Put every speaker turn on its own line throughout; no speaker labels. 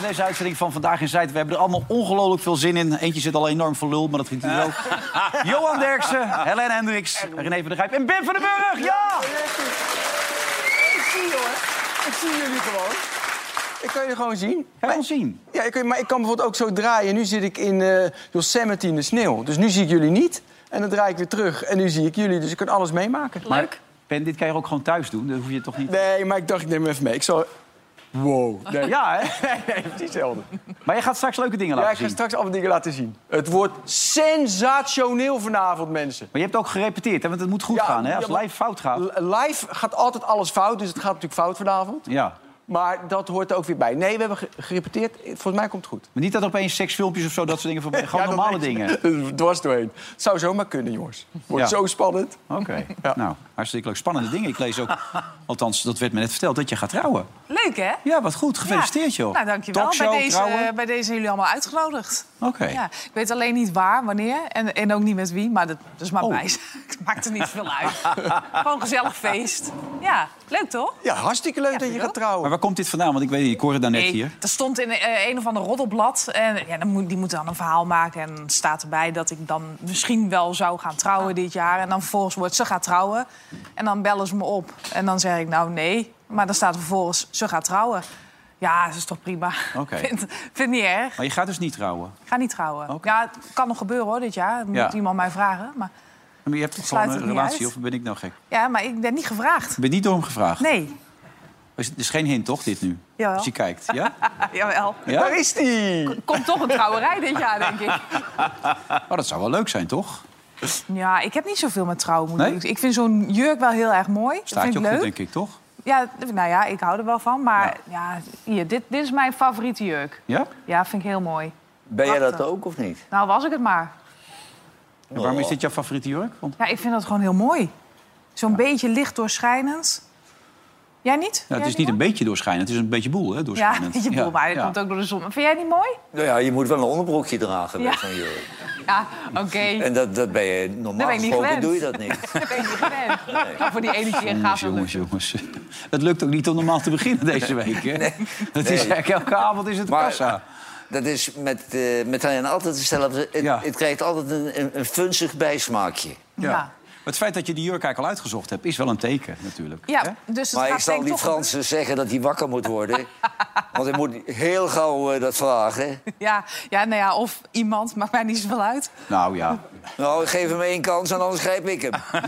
deze uitzending van Vandaag in Zuid. We hebben er allemaal ongelooflijk veel zin in. Eentje zit al enorm voor lul, maar dat vindt hij ook. Johan Derksen, Helen Hendricks, René van der Grijp en Bim van den Burg. Ja!
Ik zie jongen. Ik zie jullie gewoon. Ik kan jullie gewoon zien.
Kan je ons zien?
Ja, ik kan, maar ik kan bijvoorbeeld ook zo draaien. Nu zit ik in uh, Yosemite in de sneeuw. Dus nu zie ik jullie niet. En dan draai ik weer terug. En nu zie ik jullie. Dus ik kan alles meemaken.
Leuk. Ben, dit kan je ook gewoon thuis doen. Dat hoef je toch niet...
Nee, maar ik dacht, ik neem hem even mee. Ik zal Wow.
Nee. Ja,
hè? Nee, nee, diezelfde.
Maar je gaat straks leuke dingen laten zien.
Ja, ik ga straks allemaal dingen laten zien. Het wordt sensationeel vanavond, mensen.
Maar je hebt ook gerepeteerd, hè? Want het moet goed
Ja,
gaan, hè? Als
ja, maar-
live fout gaat.
Live gaat altijd alles fout, dus het gaat natuurlijk fout vanavond.
Ja.
Maar dat hoort er ook weer bij. Nee, we hebben ge- gerepeteerd. Volgens mij komt het goed.
Maar niet dat er opeens seksfilmpjes of zo, dat soort dingen voorbij. Gewoon
Ja, dat
normale
weet ik.
dingen.
Dwars doorheen. Het zou zomaar kunnen, jongens. Wordt
Ja.
zo spannend.
Oké. Nou, hartstikke leuk. Spannende dingen. Ik lees ook, althans, dat werd me net verteld, dat je gaat trouwen.
Leuk, hè?
Ja, wat goed. Gefeliciteerd,
Ja.
joh.
Nou, dankjewel.
Talkshow,
bij, deze,
trouwen.
eh, bij deze zijn jullie allemaal uitgenodigd.
Oké.
Ja, ik weet alleen niet waar, wanneer en, en ook niet met wie, maar dat, dat is maar
Oh.
bijzaak. Het maakt er niet veel uit. Gewoon een gezellig feest. Ja, leuk toch?
Ja, hartstikke leuk dat je
dankjewel.
gaat trouwen.
Maar waar komt dit vandaan? Want ik weet niet, ik hoorde daarnet
Nee,
hier.
Er stond in eh, een of ander roddelblad. En ja, dan moet, die moeten dan een verhaal maken. En staat erbij dat ik dan misschien wel zou gaan trouwen dit jaar. En dan vervolgens wordt ze gaat trouwen. En dan bellen ze me op. En dan zeg ik nou nee. Maar dan staat er vervolgens ze gaat trouwen. Ja, dat is toch prima.
Oké.
Vind, vind niet erg.
Maar je gaat dus niet trouwen.
Ik ga niet trouwen.
Oké.
Ja, het kan nog gebeuren hoor dit jaar. Dat
Ja.
moet iemand mij vragen. Maar,
Maar je hebt toch
Sluit
gewoon een
het niet
relatie,
uit?
of ben ik nou gek?
ja, maar ik ben niet gevraagd.
Ik ben niet door hem gevraagd.
Nee.
Dus Het is geen hint, toch, dit nu?
Jawel.
Als je kijkt, ja?
Ah, Jawel.
ja?
Daar is die.
Komt toch een trouwerij dit jaar, denk ik.
Oh, dat zou wel leuk zijn, toch?
Ja, ik heb niet zoveel met trouwen. Moet ik
Nee?
zeggen. Ik vind zo'n jurk wel heel erg mooi. Dat
Staat
vind
je
ik
ook goed,
leuk.
denk ik, toch?
Ja, d- nou ja, ik hou er wel van. Maar ja, hier, dit, dit is mijn favoriete jurk.
Ja?
Ja, vind ik heel mooi.
Ben jij dat
Prachtig.
ook of niet?
Nou, was ik het maar.
En waarom is dit jouw favoriete jurk? Want... nou,
Ja, ik vind dat gewoon heel mooi. Zo'n beetje licht doorschijnend. Jij niet?
Ja, het
Jij
is niet een beetje doorschijnend, het is een beetje boel, hè?
Ja,
Doorschijnend.
je boel, maar dat
ja.
komt ook door de zon. Vind jij het niet mooi?
Nou ja, je moet wel een onderbroekje dragen bij
Ja.
zo'n jurk.
Ja, oké.
En dat, dat ben je normaal
Dat ben ik niet
gesproken
gewend.
doe je dat niet.
Dat ben je niet gewend. Maar voor die ene keer gaat
Dus
Jongens,
het
jongens,
lukken.
jongens. Het lukt ook niet om normaal te beginnen deze week. Hè? Dat is eigenlijk elke avond is het
Maar-
kassa.
Dat is met, eh met hen altijd hetzelfde. Het,
Ja.
het krijgt altijd een, een, een funzig
Dus
bijsmaakje.
Ja.
Ja.
Het feit dat je die jurk eigenlijk al uitgezocht hebt, is wel een teken natuurlijk. hè?
Ja, dus het
Maar ik
gaat
zal
denk ik
die
toch...
Fransen zeggen dat hij wakker moet worden. Want hij moet heel gauw eh, dat vragen.
Ja, ja, nou ja, of iemand, maakt mij niet zoveel uit.
Nou ja.
Nou, geef hem één kans en anders grijp ik hem.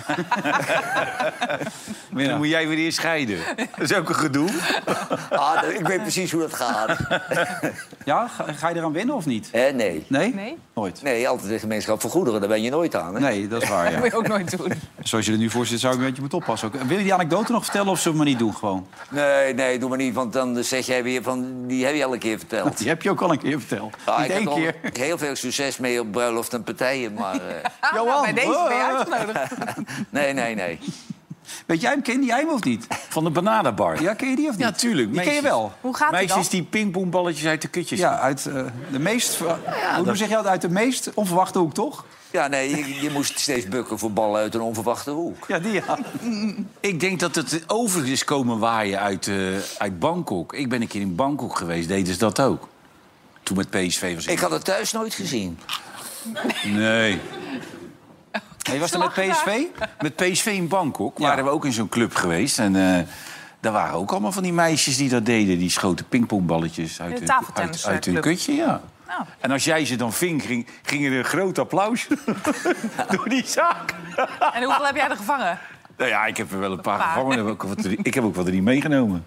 Ja.
Dan moet jij weer eerst scheiden. Dat is ook een gedoe.
Ah, dat- ik weet precies hoe dat gaat.
Ja, ga, ga je eraan winnen of niet?
Hè, nee.
Nee?
Nee.
Nooit.
Nee, altijd de gemeenschap van goederen, daar ben je nooit aan. Hè?
Nee, dat is waar,
Dat
ja.
moet je ook nooit doen.
Zoals je er nu voor zit, zou ik een beetje moeten oppassen. ook. Wil je die anekdote nog vertellen of zullen we maar niet doen gewoon?
nee, nee, doe maar niet, want dan zeg jij weer van... die heb je al een keer verteld.
Die heb je ook al een keer verteld.
Ah,
niet
ik heb
één
al
keer.
heel veel succes mee op bruiloft en partijen, maar... eh,
Ah, nou,
Johan.
bij deze ben je
Oh.
uitgenodigd.
nee, nee, nee.
Weet jij hem? Ken je hem of niet?
Van de bananenbar.
Ja, ken je die of niet?
Ja, tuurlijk,
Die ken je
meisjes.
wel.
Hoe gaat het
Meisjes
dan?
die pingpongballetjes uit de kutjes.
Ja, uit eh, de meest... ver- hoe zeg je dat? Uit de meest onverwachte hoek, toch?
Ja, nee, je, je moest steeds bukken voor ballen uit een onverwachte hoek.
Ja, die ja.
Ik denk dat het over is komen waaien uit, eh, uit Bangkok. Ik ben een keer in Bangkok geweest, deden ze dat ook. dus Toen met PSV was
Ik had het thuis nooit gezien.
Nee.
Hey, was dat met PSV?
Met PSV in Bangkok
Ja.
waren we ook in zo'n club geweest. En eh, daar waren ook allemaal van die meisjes die dat deden. Die schoten pingpongballetjes uit,
De
hun- uit,
tafeltennisclub.
uit hun kutje. Ja.
Nou.
En als jij ze dan ving, ging, ging er een groot applaus door die zaak.
En hoeveel heb jij er gevangen?
Nou ja, ik heb er wel een paar
Een paar.
gevangen. Ik heb ook wat drie- Ik heb ook wat drie meegenomen.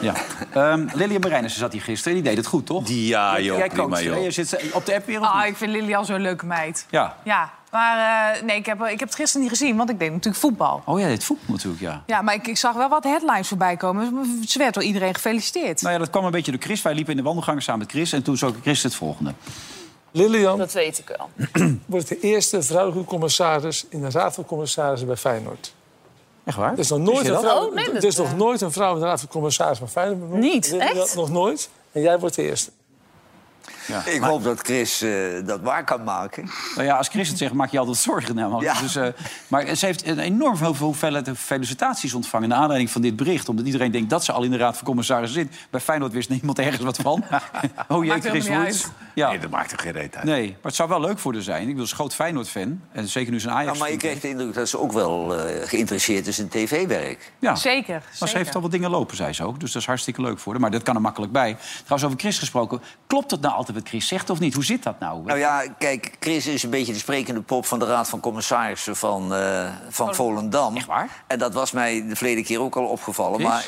Ja. Ehm Lilian Marijnissen zat hier gisteren. Die deed het goed, toch?
Die ja,
Jij-
joh,
Jij
prima,
coacht,
joh.
hè? Je zit op de app weer of
Ah,
niet?
ik vind Lilian zo'n leuke meid.
Ja.
Ja, maar eh, nee, ik heb, ik heb het gisteren niet gezien, want ik deed natuurlijk voetbal.
Oh ja, dit voetbal natuurlijk, ja.
Ja, maar ik, ik zag wel wat headlines voorbij komen. Ze werd door iedereen gefeliciteerd.
Nou ja, dat kwam een beetje door Chris. Wij liepen in de wandelgang samen met Chris. En toen zag ik Chris het volgende.
Lilian
Dat weet ik wel.
wordt de eerste vrouwelijke commissaris in de Raad van Commissarissen bij Feyenoord.
Echt waar?
Er is nog nooit, een vrouw,
Oh, nee, dat,
er is nog
eh.
nooit een vrouw in de Raad van Commissarissen van Feyenoord. benoemd.
Niet,
Weet je
echt?
Dat nog nooit. En jij wordt de eerste.
ik hoop dat Chris eh, dat waar kan maken.
Nou ja, als Chris het zegt, maak je altijd zorgen. Nou,
Ja.
dus, eh, maar ze heeft een enorm veel hoeveelheid felicitaties ontvangen... naar aanleiding van dit bericht. Omdat iedereen denkt dat ze al in de Raad van Commissarissen zit. Bij Feyenoord wist niemand ergens wat van. oh jee,
Maakt
Chris
helemaal niet
Woerts.
uit.
Ja.
Nee, dat maakt er geen reet uit.
Nee, maar het zou wel leuk voor haar zijn. Ik bedoel, ze is groot Feyenoord-fan. En zeker nu zijn
Ja,
ajax
maar je krijgt de indruk dat ze ook wel eh, geïnteresseerd is in tv-werk.
Ja.
Zeker,
Maar ze
zeker.
heeft al wat dingen lopen, zei ze ook. Dus dat is hartstikke leuk voor haar. Maar dat kan er makkelijk bij. Trouwens, over Chris gesproken. Klopt het nou altijd wat Chris zegt of niet? Hoe zit dat nou?
Nou ja, kijk, Chris is een beetje de sprekende pop van de Raad van Commissarissen van, eh, van Volendam.
Echt waar?
En dat was mij de verleden keer ook al opgevallen.
Chris?
Maar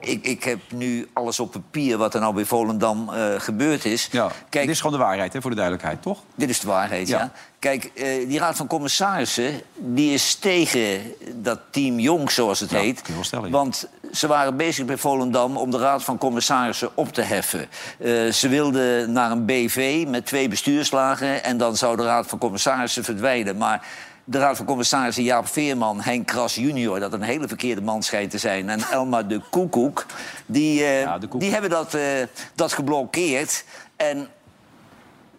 ik, ik heb nu alles op papier wat er nou bij Volendam eh, gebeurd is.
Ja,
Kijk,
dit is gewoon de waarheid, hè, voor de duidelijkheid, toch?
Dit is de waarheid,
Ja.
ja. Kijk, eh, die raad van commissarissen die is tegen dat team Jong, zoals het heet.
kun je wel stellen, ja.
Want ze waren bezig bij Volendam om de raad van commissarissen op te heffen. Eh, ze wilden naar een BV met twee bestuurslagen... en dan zou de raad van commissarissen verdwijnen. Maar de raad van commissarissen Jaap Veerman, Henk Kras junior... dat een hele verkeerde man schijnt te zijn... en Elma de Koekoek, die, eh,
Ja, de Koekoek.
die hebben dat, eh, dat geblokkeerd... En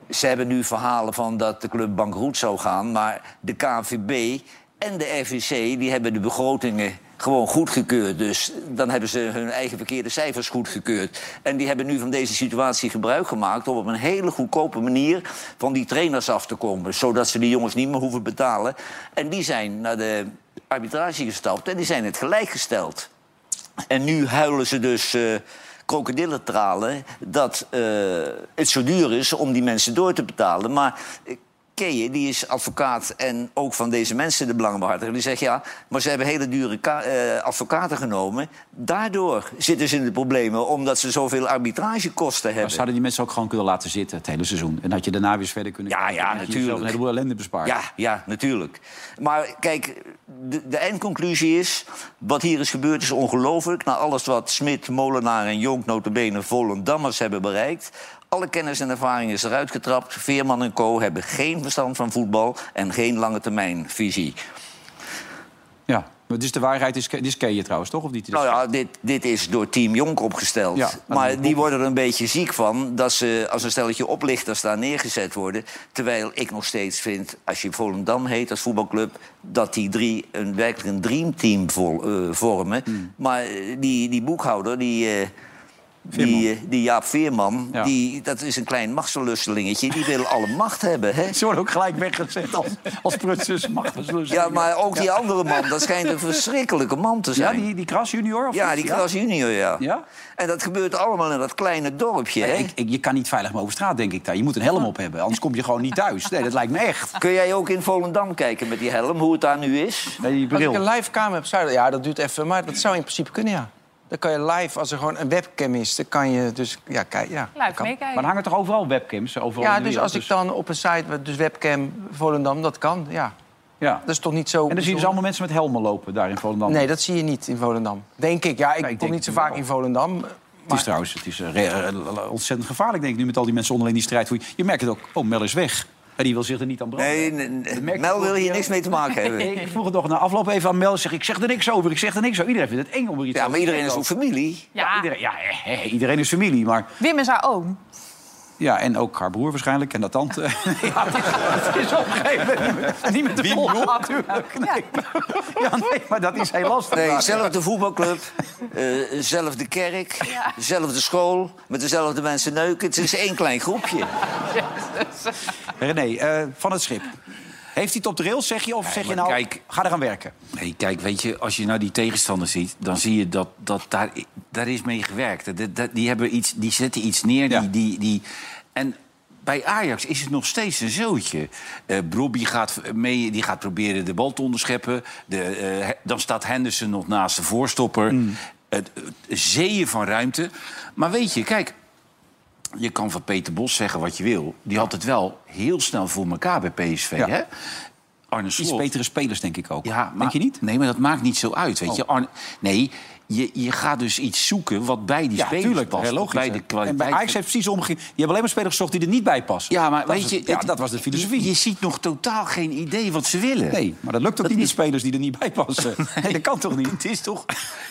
ze hebben nu verhalen van dat de club bankroet zou gaan. Maar de KNVB en de RVC die hebben de begrotingen gewoon goedgekeurd. Dus dan hebben ze hun eigen verkeerde cijfers goedgekeurd. En die hebben nu van deze situatie gebruik gemaakt... om op een hele goedkope manier van die trainers af te komen. Zodat ze die jongens niet meer hoeven betalen. En die zijn naar de arbitrage gestapt en die zijn het gelijk gesteld. En nu huilen ze dus eh krokodillentralen dat eh, het zo duur is om die mensen door te betalen. Maar eh, Keeën, die is advocaat en ook van deze mensen de belangbehartiger... die zegt, ja, maar ze hebben hele dure ka- eh, advocaten genomen. Daardoor zitten ze in de problemen, omdat ze zoveel arbitragekosten
Maar
hebben.
zouden die mensen ook gewoon kunnen laten zitten het hele seizoen? En had je daarna weer eens verder kunnen...
Ja,
kijken.
ja,
Dan had je jezelf
natuurlijk.
een heleboel ellende bespaard.
Ja, ja, natuurlijk. Maar kijk, de, de eindconclusie is... wat hier is gebeurd is ongelooflijk. Na alles wat Smit, Molenaar en Jonk notabene Volendammers hebben bereikt... alle kennis en ervaring is eruit getrapt. Veerman en co. hebben geen verstand van voetbal... en geen lange termijn visie.
Ja. Maar dus de waarheid is, die is ken je trouwens, toch? Of niet?
Nou ja, dit, dit is door Team Jonk opgesteld.
Dus Ja,
maar die worden er een beetje ziek van dat ze als een stelletje oplichters daar neergezet worden. Terwijl ik nog steeds vind, als je Volendam heet als voetbalclub, dat die drie een werkelijk een dreamteam vol, eh, vormen. Maar eh, die, die boekhouder, die. eh, die, eh, die Jaap Veerman,
Ja.
die, dat is een klein machtslustelingetje. Die wil alle macht hebben, hè?
Ze worden ook gelijk weggezet als, als prutsers. Mag wel zo
Ja,
zeggen.
maar ook die andere man, dat schijnt een verschrikkelijke man te
ja,
zijn.
die, die Kras junior? Of
Ja,
niet?
die klas junior, ja.
Ja?
En dat gebeurt allemaal in dat kleine dorpje, hè?
Ik, ik- je kan niet veilig meer over straat, denk ik daar. Je moet een helm op hebben, anders kom je gewoon niet thuis. Nee, dat lijkt me echt.
Kun jij ook in Volendam kijken met die helm, hoe het daar nu is?
Nee, die
Als ik
bril.
een live camera heb, zou dat- ja, dat duurt even, maar dat zou in principe kunnen, ja. Dan kan je live, als er gewoon een webcam is, dan kan je dus, ja, kijk, ja. dat
Live
kan.
meekijken.
Maar er hangen toch overal webcams? Overal in
Ja,
de
dus
wereld,
als ik dan op een site, met dus webcam Volendam, dat kan, ja.
Ja.
Dat is toch niet zo...
En dan zie je dus
bijzonder?
allemaal mensen met helmen lopen daar in Volendam.
Nee, dat zie je niet in Volendam. Denk ik, ja, ik
Nee, ik
kom
denk
niet zo
het
vaak
wel.
in Volendam.
Het is trouwens het is, eh, re- eh, ontzettend gevaarlijk, denk ik, nu met al die mensen onderling die strijd voeren. Je merkt het ook, oh, Mel is weg. En die wil zich er niet aan branden.
Nee, nee, nee,
Dat merk je
Mel
toch,
wil hier
ja.
niks mee te maken hebben.
Ik vroeg het nog na afloop even aan Mel. Ik Zeg, ik zeg er niks over, ik zeg er niks over. Iedereen vindt het eng om er iets
Ja,
over te
maar iedereen is
zeggen.
ook familie.
Ja, iedereen, ja hè, hè, iedereen is familie, maar...
Wim is haar oom.
Ja, en ook haar broer waarschijnlijk en dat tante. ja, het is, het is op een gegeven moment niet meer te volgen natuurlijk. Nee. Ja, nee, maar dat is heel lastig.
Nee, zelfde voetbalclub, eh, zelfde kerk, zelfde school... met dezelfde mensen neuken. Het is één klein groepje.
René, eh, van het schip. Heeft hij het op de rails, zeg je? Of zeg je
maar
nou,
kijk-
ga eraan werken?
Nee, kijk, weet je, als je nou die tegenstander ziet, dan zie je dat, dat daar, daar is mee gewerkt. Dat- dat- die, hebben iets, die zetten iets neer.
Ja.
Die, die, die, en bij Ajax is het nog steeds een zootje. Eh Brobby gaat mee, die gaat proberen de bal te onderscheppen. De, eh, dan staat Henderson nog naast de voorstopper. Het, het zeeën van ruimte. Maar weet je, kijk, je kan van Peter Bos zeggen wat je wil. Die had het wel heel snel voor elkaar bij PSV.
Ja.
Hè? Arne
Iets
Slot.
betere spelers, denk ik ook.
Ja, maar-
denk je niet?
Nee, maar dat maakt niet zo uit,
Oh.
weet je. Arne- nee, je, je gaat dus iets zoeken wat bij die spelers past.
hè, logisch.
bij
hè.
de kwaliteit.
en bij Ajax heeft precies omgekeerd. Die hebben alleen maar spelers gezocht die er niet bij passen.
Ja, maar
Dat
weet
is
je...
het- ja,
het-
dat was de filosofie.
Je, je ziet nog totaal geen idee wat ze willen.
nee, maar dat lukt ook
Dat
niet met
is-
spelers die er niet bij passen. Nee, dat kan toch niet?
Het is toch...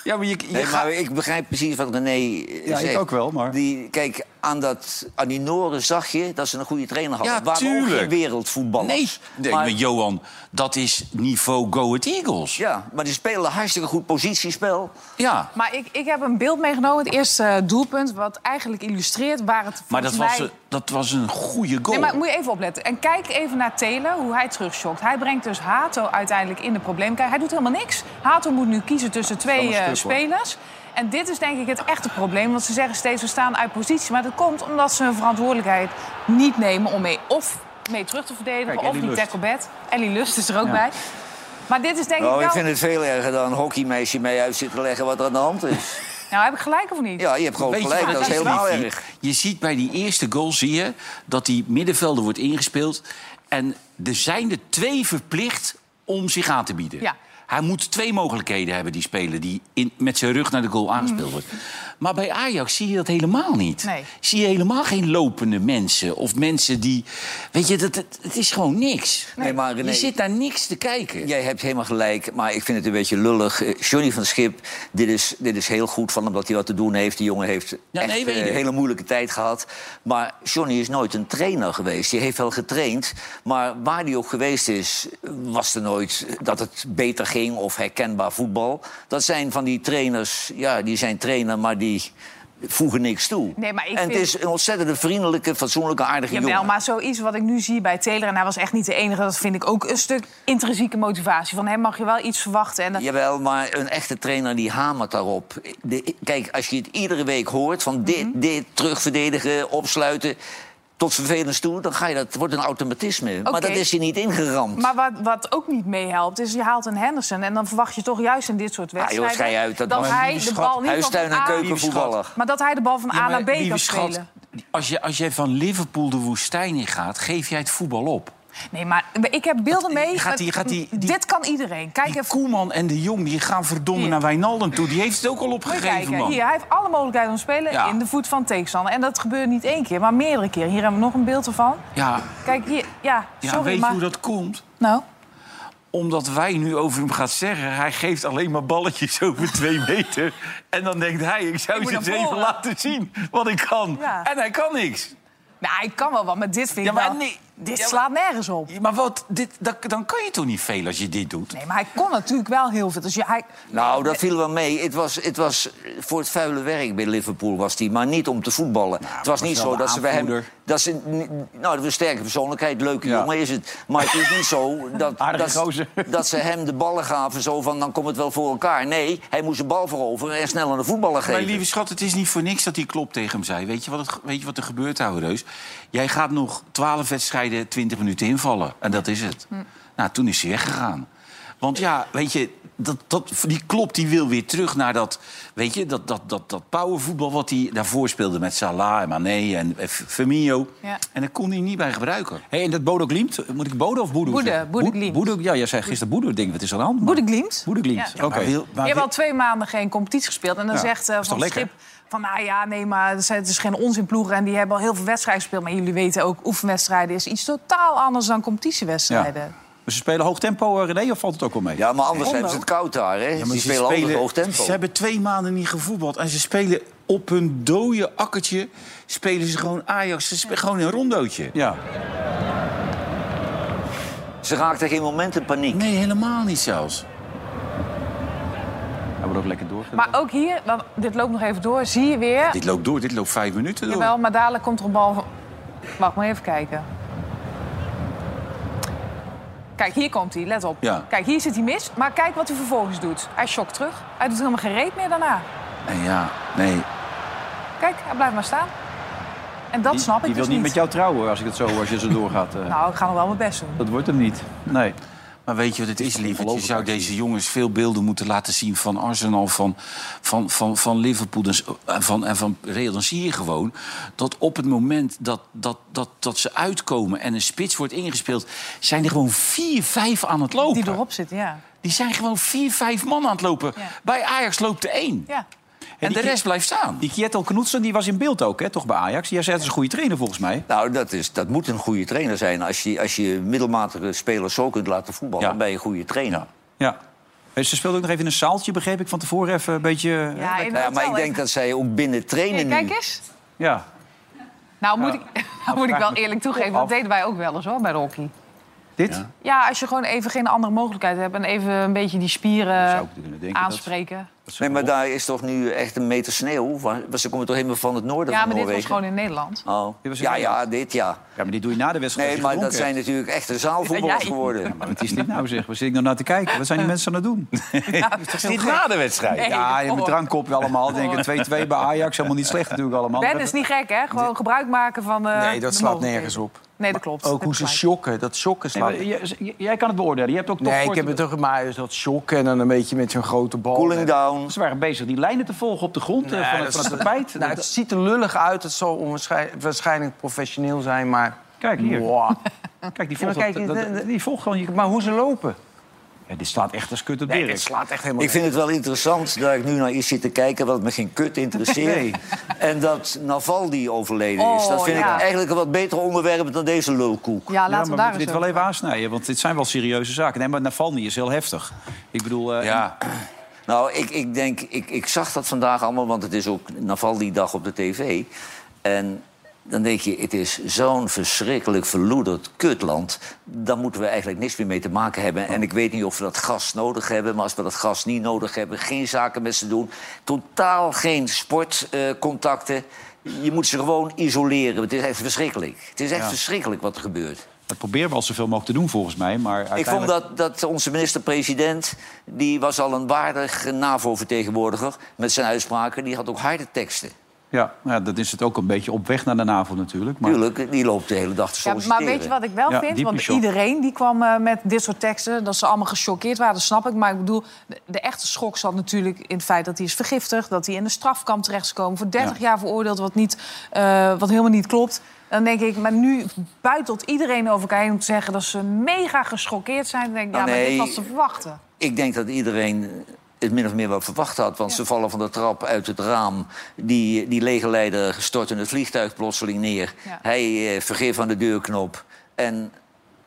Ja, maar je, je
Nee,
gaat...
maar ik begrijp precies wat René eh,
Ja, ik
zegt.
ook wel, maar-
Die, kijk, aan, dat, aan die Noren zag je dat ze een goede trainer hadden.
Ja,
Waarom geen
tuurlijk.
wereldvoetballers?
Nee, nee, maar...
Maar-
Johan, dat is niveau Go Ahead Eagles.
Ja, maar die spelen hartstikke goed positiespel.
ja.
Maar ik, ik heb een beeld meegenomen, het eerste eh, doelpunt... wat eigenlijk illustreert waar het
Maar
volgens
dat was,
mij...
een- dat was een goede goal.
Nee, maar moet je even opletten. En kijk even naar Telen, hoe hij terugschokt. Hij brengt dus Hato uiteindelijk in de probleemkamer. Hij doet helemaal niks. Hato moet nu kiezen tussen twee eh, spelers. En dit is denk ik het echte probleem. Want ze zeggen steeds, we staan uit positie. Maar dat komt omdat ze hun verantwoordelijkheid niet nemen... om mee of mee terug te verdedigen,
Kijk,
of
Ellie
die
Lust.
tackle bed. Ellie Lust is er ook bij. Maar dit is denk
Nou,
ik
ik
wel...
vind het veel erger dan een hockeymeisje mee uit zit te leggen wat er aan de hand is.
Nou, heb ik gelijk of niet?
Ja, je hebt gewoon
Weet je
gelijk,
wat
dat is
het Nou,
helemaal
Liefie?
erg.
Je ziet bij die eerste goal zie je dat die middenvelder wordt ingespeeld. En er zijn er twee verplicht om zich aan te bieden.
Ja.
Hij moet twee mogelijkheden hebben, die speler, die in, met zijn rug naar de goal aangespeeld wordt. Maar bij Ajax zie je dat helemaal niet.
Mhm. Nee.
Zie je helemaal geen lopende mensen of mensen die... Weet je, dat, het, het is gewoon niks.
Nee, maar René-
Je zit daar niks te kijken.
Jij hebt helemaal gelijk, maar ik vind het een beetje lullig. Eh, Johnny van Schip, dit is, dit is heel goed van hem dat hij wat te doen heeft. Die jongen heeft
Ja,
echt
nee, weet
eh,
ik.
een hele moeilijke tijd gehad. Maar Johnny is nooit een trainer geweest. Die heeft wel getraind, maar waar hij ook geweest is... was er nooit dat het beter ging of herkenbaar voetbal. Dat zijn van die trainers, ja, die zijn trainer, maar die... Voegen niks toe.
Nee, maar ik
en het
vind-
is een ontzettende vriendelijke, fatsoenlijke, aardige
Jawel,
jongen.
maar zoiets wat ik nu zie bij Taylor... en hij was echt niet de enige, dat vind ik ook een stuk intrinsieke motivatie. Van hem mag je wel iets verwachten. En dat,
Jawel, maar een echte trainer die hamert daarop. De- kijk, als je het iedere week hoort van dit,
Mhm.
dit, terugverdedigen, opsluiten... tot vervelens toe, dan ga je dat, het wordt een automatisme. Maar
Oké.
dat is je niet ingeramd.
Maar wat, wat ook niet meehelpt, is je haalt een Henderson... en dan verwacht je toch juist in dit soort
Ah,
joh,
wedstrijden...
schei uit, dat was-
hij de bal niet
Huistuin
van
en
A-
keukenvoetballer.
Maar dat hij de bal van
Ja,
A
maar
naar B
lieve
kan
schat,
spelen.
Als, je, als jij van Liverpool de woestijn in gaat, geef jij het voetbal op.
Nee, maar ik heb beelden mee.
Gaat die- gaat die- die-
dit kan iedereen. Kijk
Die
even.
Koeman en de Jong die gaan verdomme
Hier.
naar Wijnaldum toe. Die heeft het ook al
Moet je
opgegeven,
kijken.
man.
Hier, hij heeft alle mogelijkheden om te spelen
Ja.
in de voet van tegenstander. En dat gebeurt niet één keer, maar meerdere keren. Hier hebben we nog een beeld ervan.
Ja,
Kijk, hier, ja,
ja
sorry,
weet je
maar...
hoe dat komt?
Nou,
Omdat wij nu over hem gaan zeggen... hij geeft alleen maar balletjes over twee meter. En dan denkt hij, ik zou
Ik moet
je eens
hem
even
horen.
laten zien wat ik kan.
Ja.
En hij kan niks.
Nou, ik kan wel wat, maar dit vind ik
Ja, maar
wel-
nee.
Dit
Ja, maar-
slaat nergens op.
Maar wat, dit, dat, dan kan je toch niet veel als je dit doet?
Nee, maar hij kon natuurlijk wel heel veel. Dus ja, hij...
Nou, dat viel wel mee. Het was, het was voor het vuile werk bij Liverpool was die, maar niet om te voetballen. het was,
was
niet
wel
zo
de
dat ze bij hem.
aanvoerder.
Dat ze, ni- nou, dat een sterke persoonlijkheid, leuke
Ja.
jongen is het. Maar het is niet zo dat,
Aardige
dat,
gozer.
dat ze hem de ballen gaven zo van dan komt het wel voor elkaar. Nee, hij moest de bal veroveren en snel aan de voetballer geven.
Mijn lieve schat, het is niet voor niks dat die klop tegen hem zei. Weet je wat, het, weet je wat er gebeurt, ouwe Reus? Jij gaat nog 12 wedstrijden 20 minuten invallen. En dat is
Hm.
het. Nou, toen is hij weggegaan. Want ja, weet je, dat, dat, die klop die wil weer terug naar dat, weet je, dat, dat, dat, dat powervoetbal wat hij daarvoor speelde met Salah en Mané en eh, F- Firmino.
Ja.
En daar kon hij niet bij gebruiken.
Hey, en dat Bodo Glimt, moet ik Bodo of Boedo
Boede,
zeggen?
Boede
Boe-
Glimt.
Boedo- ja, jij zei gisteren Boedo, denk ik, wat is er aan de hand? man?
Boede Glimt.
Boedo Glimt,
Ja.
oké.
Je hebt al twee maanden geen competitie gespeeld. En dan
Ja,
zegt eh,
dat is
Van
toch lekker?
Schip van, nou ja, nee, maar het is- het is geen onzinploegen... en die hebben al heel veel wedstrijden gespeeld. Maar jullie weten ook, oefenwedstrijden is iets totaal anders dan competitiewedstrijden.
Dus ze spelen hoog tempo, eh, René, of valt het ook wel mee?
Ja, maar anders hebben ze het koud daar, hè? die spelen altijd hoog tempo.
Ze hebben twee maanden niet gevoetbald. En ze spelen op hun dode akkertje... spelen ze gewoon Ajax. Ze spelen gewoon een rondootje.
Ja.
Ze raakten geen moment in paniek.
Nee, helemaal niet zelfs.
Hij wordt ook lekker door.
Maar ook hier, dan, dit loopt nog even door, zie je weer...
Dit loopt door, dit loopt vijf minuten door.
Jawel, maar dadelijk komt er een bal van... Wacht, maar even kijken. Kijk, hier komt hij, let op.
Ja.
Kijk, hier zit hij mis, maar kijk wat hij vervolgens doet. Hij schokt terug. Hij doet helemaal geen reet meer daarna.
Nee, ja, nee.
Kijk, hij blijft maar staan. En dat
Die-
snap ik
Die wil
dus
niet met jou trouwen als ik het zo, als je zo doorgaat. eh.
Nou, ik ga nog wel mijn best doen.
Dat wordt hem niet. Nee.
Maar weet je wat het is, lieverd? Je
ongelooflijk
zou deze jongens veel beelden moeten laten zien van Arsenal, van, van, van, van Liverpool dus, en van, en van Real. Dan zie je gewoon dat op het moment dat, dat, dat, dat ze uitkomen en een spits wordt ingespeeld... zijn er gewoon vier, vijf aan het lopen.
Die erop zitten, ja.
Die zijn gewoon vier, vijf man aan het lopen.
Ja.
Bij Ajax loopt er één.
ja.
En de
die-
rest blijft staan.
Die Kjetel Knoetsen die was in beeld ook, hè, toch bij Ajax? Jij zei dat is een goede trainer volgens mij.
Nou, dat, is, dat moet een goede trainer zijn. Als je, als je middelmatige spelers zo kunt laten voetballen,
Ja.
dan ben je een goede trainer.
Ja. Hey, Ze speelde ook nog even in een zaaltje, begreep ik van tevoren. Even een beetje. eh,
ja, in
Nou ja,
het
maar ik
hotel,
denk
hè.
dat zij ook binnen trainen
Hey,
nu.
Kijk eens.
ja.
Nou, moet ik, nou moet ik wel eerlijk toegeven, dat
af.
deden wij ook wel eens hoor, bij Rocky.
Dit?
Ja, als je gewoon even geen andere mogelijkheid hebt en even een beetje die
zou
spieren
ik kunnen denken,
aanspreken.
Nee, maar daar is toch nu echt een meter sneeuw? Waar- Ze komen toch helemaal van het noorden
Ja,
van
maar dit was
Noorwegen?
gewoon in Nederland.
Oh.
Dit was in
ja,
Nederland.
ja, dit ja.
Ja, maar dit doe je na de wedstrijd.
Nee,
als je
maar dat
gedronken
zijn
hebt.
natuurlijk echte zaalvoetballers
Ja, ja.
geworden.
Maar Wat is dit nou zeg? Waar zit ik nou naar te kijken? Wat zijn
Eh.
die mensen aan het doen?
Niet na de wedstrijd.
Nee,
Ja,
oh.
met drankkop allemaal. Denk ik 2-2 bij Ajax. Helemaal niet slecht natuurlijk allemaal.
Ben is niet gek, hè? Gewoon gebruik maken van. eh,
Nee, dat
de
slaat
mogelijkheden.
nergens op.
Nee, dat klopt.
Ook hoe ze
Heb je
shocken, dat shocken
Nee,
slaat.
maar jij, jij kan het beoordelen. Je hebt ook toch
Nee, ik
kort-
heb het toch maar dat shocken en dan een beetje met zo'n grote bal.
Cooling down.
Ze waren bezig die lijnen te volgen op de grond eh, van, het, van het tapijt.
Nou, het ziet er lullig uit. Het zal onwaarschijnlijk waarschijnlijk professioneel zijn, maar...
Kijk hier.
Wow.
Kijk, die
Ja, maar
volgt,
kijk,
dat-
de-
dat-
de-
die volgt gewoon. Je,
Maar hoe ze lopen?
Ja, dit slaat echt als kut op
Nee,
Dirk.
dit slaat echt helemaal
Ik vind het wel interessant dat ik nu naar iets zit te kijken wat me geen kut interesseert.
Nee.
En dat Navaldi overleden is.
Oh,
Dat vind
ja.
ik eigenlijk een wat beter onderwerp dan deze lulkoek.
ook- Ja,
Ja,
laten
maar
we daar
moeten
eens
we dit
over-
wel even aansnijden, want dit zijn wel serieuze zaken. Nee, maar Navalny is heel heftig. Ik bedoel, eh,
Ja,
Nou, ik, ik denk, ik, ik zag dat vandaag allemaal, want het is ook Navalny-dag op de tv. En dan denk je, het is zo'n verschrikkelijk verloederd kutland. Daar moeten we eigenlijk niks meer mee te maken hebben. En ik weet niet of we dat gas nodig hebben, maar als we dat gas niet nodig hebben, geen zaken met ze doen, totaal geen sportcontacten. je moet ze gewoon isoleren. Het is echt verschrikkelijk. Het is echt verschrikkelijk wat er gebeurt.
dat proberen we al zoveel mogelijk te doen volgens mij. Maar
Ik
uiteindelijk...
vond dat, dat onze minister-president, die was al een waardig NAVO-vertegenwoordiger met zijn uitspraken, die had ook harde teksten.
Ja, nou ja, dat is het ook een beetje op weg naar de NAVO natuurlijk. Maar...
Tuurlijk, die loopt de hele dag te
Ja,
solliciteren.
maar weet je wat ik wel
Ja,
vind?
diepe
Want
shock.
iedereen die kwam eh, met dit soort teksten, dat ze allemaal gechoqueerd waren, dat snap ik. Maar ik bedoel, de, de echte schok zat natuurlijk in het feit dat hij is vergiftigd, dat hij in de strafkamp terecht is gekomen, voor 30 jaar veroordeeld, wat, niet, eh, wat helemaal niet klopt. Dan denk ik, maar nu buitelt iedereen over elkaar heen om te zeggen dat ze mega geschokkeerd zijn. Dan denk ik, ja,
Nou,
maar dit
nee.
was te verwachten.
Ik denk dat iedereen het min of meer wel verwacht had. Want ze vallen van de trap uit het raam. Die, die legerleider stort in het vliegtuig plotseling neer.
Ja.
Hij eh vergeeft aan de deurknop. En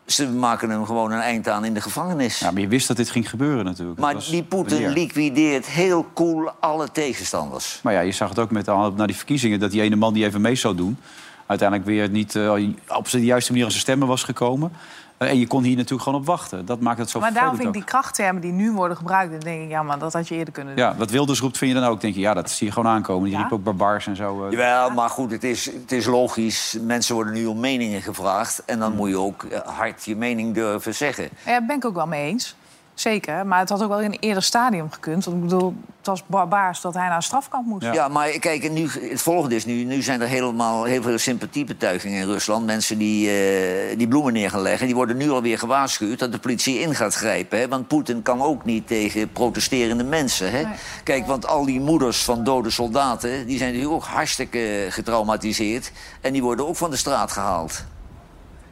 ze maken hem gewoon een eind aan in de gevangenis.
Ja, maar je wist dat dit ging gebeuren natuurlijk. Het
maar
was
die Poetin
wanneer?
liquideert heel cool alle tegenstanders.
Maar ja, je zag het ook met de aanloop naar die verkiezingen... dat die ene man die even mee zou doen... uiteindelijk weer niet eh, op de juiste manier aan zijn stemmen was gekomen. Eh, en je kon hier natuurlijk gewoon op wachten. Dat maakt het zo
Maar daarom vind ik
vervelend
die krachttermen die nu worden gebruikt... dan denk ik, ja, maar dat had je eerder kunnen
ook.
doen.
Ja, wat Wilders roept vind je dan ook. Denk je, ja, dat zie je gewoon aankomen. Die
Ja.
riep ook barbaars en zo. eh.
Jawel, maar goed, het is, het is logisch. Mensen worden nu om meningen gevraagd. En dan moet je ook eh, hard je mening durven zeggen.
Ja, daar ben ik ook wel mee eens. Zeker, maar het had ook wel in een eerder stadium gekund. Want ik bedoel, het was barbaars dat hij naar een strafkamp moest.
Ja, maar kijk, en nu, het volgende is nu... nu zijn er helemaal heel veel sympathiebetuigingen in Rusland. Mensen die, eh, die bloemen neer gaan leggen... die worden nu alweer gewaarschuwd dat de politie in gaat grijpen. Hè? Want Poetin kan ook niet tegen protesterende mensen. Hè? Kijk, want al die moeders van dode soldaten... die zijn natuurlijk ook hartstikke getraumatiseerd. En die worden ook van de straat gehaald.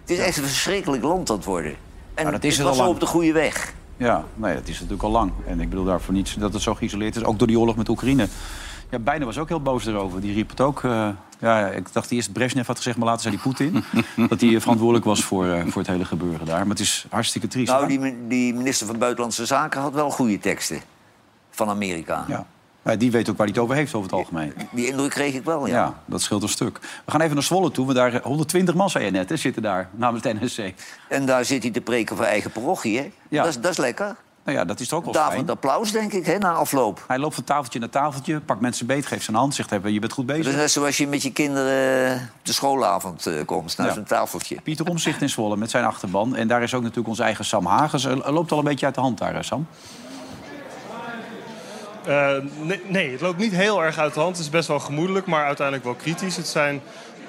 Het is echt een verschrikkelijk land dat worden. En
Maar dat is
het
het al
was zo
lang.
op de goede weg.
Ja, nee, dat is natuurlijk al lang. En ik bedoel daarvoor niets dat het zo geïsoleerd is. Ook door die oorlog met Oekraïne. Ja, Bijna was ook heel boos erover. Die riep het ook. eh, ja, ik dacht eerst Brezhnev had gezegd, maar later zei die Poetin... dat hij verantwoordelijk was voor, eh, voor het hele gebeuren daar. Maar het is hartstikke triest.
Nou,
hoor.
die, mi- die minister van Buitenlandse Zaken had wel goede teksten. Van Amerika.
Ja. Maar die weet ook waar hij het over heeft over het algemeen.
Die indruk kreeg ik wel,
Ja,
ja.
dat scheelt een stuk. We gaan even naar Zwolle toe, want daar eh, 120 man, zei je net, hè, zitten daar namens het NSC.
En daar zit hij te preken voor eigen parochie, hè?
Ja.
Dat, is, dat is lekker.
Nou ja, dat is toch ook wel fijn.
Daverend applaus, denk ik, hè, na afloop.
Hij loopt van tafeltje naar tafeltje, pakt mensen beet, geeft zijn hand, zegt hebben, je bent goed
Dat
bezig.
is Dus net zoals je met je kinderen op de schoolavond eh, komt, naar
Ja.
zo'n tafeltje.
Pieter Omzicht in Zwolle met zijn achterban. En daar is ook natuurlijk onze eigen Sam Hagens. Eh, Loopt al een beetje uit de hand daar, hè, Sam?
Eh, nee, nee, het loopt niet heel erg uit de hand. Het is best wel gemoedelijk, maar uiteindelijk wel kritisch. Het zijn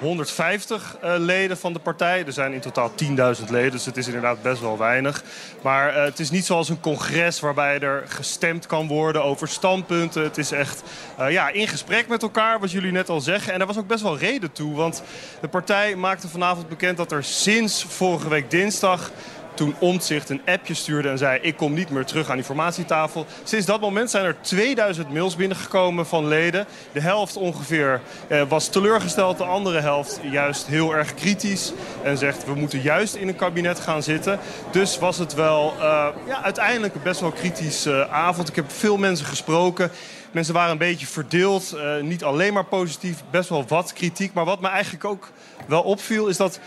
150 eh, leden van de partij. Er zijn in totaal 10.000 leden, dus het is inderdaad best wel weinig. Maar eh, het is niet zoals een congres waarbij er gestemd kan worden over standpunten. Het is echt eh, ja, in gesprek met elkaar, wat jullie net al zeggen. En daar was ook best wel reden toe, want de partij maakte vanavond bekend dat er sinds vorige week dinsdag toen Omtzigt een appje stuurde en zei... ik kom niet meer terug aan die formatietafel. Sinds dat moment zijn er 2000 mails binnengekomen van leden. De helft ongeveer eh, was teleurgesteld. De andere helft juist heel erg kritisch. En zegt, we moeten juist in een kabinet gaan zitten. Dus was het wel eh, ja, uiteindelijk een best wel kritische eh, avond. Ik heb veel mensen gesproken. Mensen waren een beetje verdeeld. eh, niet alleen maar positief, best wel wat kritiek. Maar wat me eigenlijk ook wel opviel, is dat...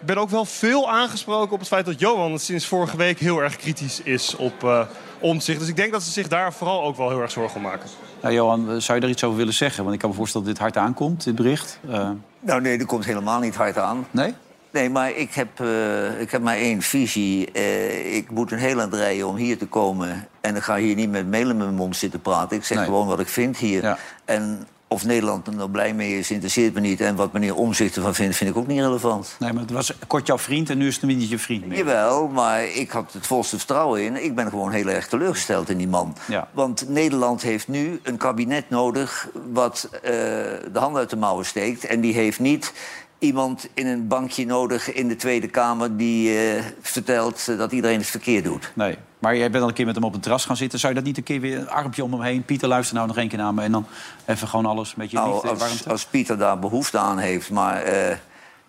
Ik ben ook wel veel aangesproken op het feit dat Johan sinds vorige week heel erg kritisch is op eh omzicht. Dus ik denk dat ze zich daar vooral ook wel heel erg zorgen om maken.
Nou, Johan, eh, zou je daar iets over willen zeggen? Want ik kan me voorstellen dat dit hard aankomt, dit bericht. Eh,
Nou nee, dat komt helemaal niet hard aan.
nee?
Nee, maar ik heb, eh, ik heb maar één visie. Eh, ik moet een heel eind rijden om hier te komen. En ik ga hier niet met meel in mijn mond zitten praten. Ik zeg
Nee.
gewoon wat ik vind hier.
Ja.
En of Nederland er nou blij mee is, interesseert me niet. En wat meneer Omzicht ervan vindt, vind ik ook niet relevant.
Nee, maar het was kort jouw vriend en nu is het niet je vriend meer.
Jawel, maar ik had het volste vertrouwen in. Ik ben gewoon heel erg teleurgesteld in die man.
Ja.
Want Nederland heeft nu een kabinet nodig wat eh, de hand uit de mouwen steekt. En die heeft niet iemand in een bankje nodig in de Tweede Kamer die eh, vertelt eh, dat iedereen het verkeerd doet.
Nee. Maar jij bent al een keer met hem op het terras gaan zitten. Zou je dat niet een keer weer een armpje om hem heen? Pieter, luister nou nog één keer naar me. En dan even gewoon alles met je
Nou,
liefde en
als,
eh, warmte.
als Pieter daar behoefte aan heeft, maar eh,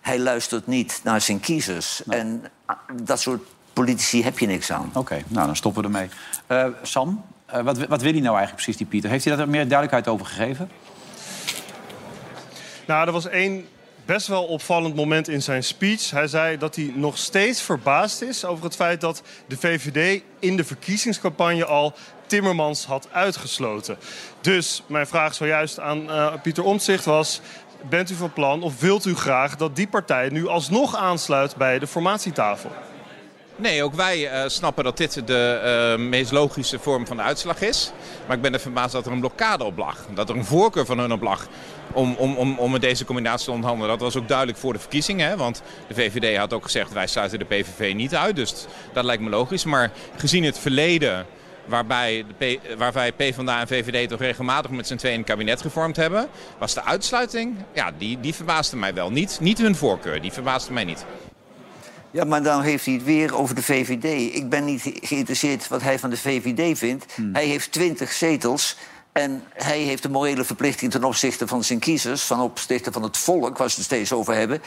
hij luistert niet naar zijn kiezers. En ah, dat soort politici heb je niks aan.
Oké, nou dan stoppen we ermee. Eh, Sam, eh, wat, wat wil hij nou eigenlijk precies, die Pieter? Heeft hij daar meer duidelijkheid over gegeven?
Nou, er was één best wel opvallend moment in zijn speech. Hij zei dat hij nog steeds verbaasd is over het feit dat de VVD in de verkiezingscampagne al Timmermans had uitgesloten. Dus mijn vraag zojuist aan eh, Pieter Omtzigt was. Bent u van plan of wilt u graag dat die partij nu alsnog aansluit bij de formatietafel?
Nee, ook wij eh, snappen dat dit de eh, meest logische vorm van de uitslag is. Maar ik ben er verbaasd dat er een blokkade op lag. Dat er een voorkeur van hun op lag om, om, om, om met deze combinatie te onderhandelen. Dat was ook duidelijk voor de verkiezingen. Hè? Want de VVD had ook gezegd wij sluiten de PVV niet uit. Dus dat lijkt me logisch. Maar gezien het verleden waarbij, de P, waarbij PvdA en VVD toch regelmatig met z'n tweeën een kabinet gevormd hebben... was de uitsluiting, ja, die, die verbaasde mij wel. Niet, niet hun voorkeur, die verbaasde mij niet.
Ja, maar dan heeft hij het weer over de VVD. Ik ben niet geïnteresseerd wat hij van de VVD vindt.
Hmm.
Hij heeft twintig zetels. En hij heeft de morele verplichting ten opzichte van zijn kiezers... van opzichte van het volk, waar ze het steeds over hebben...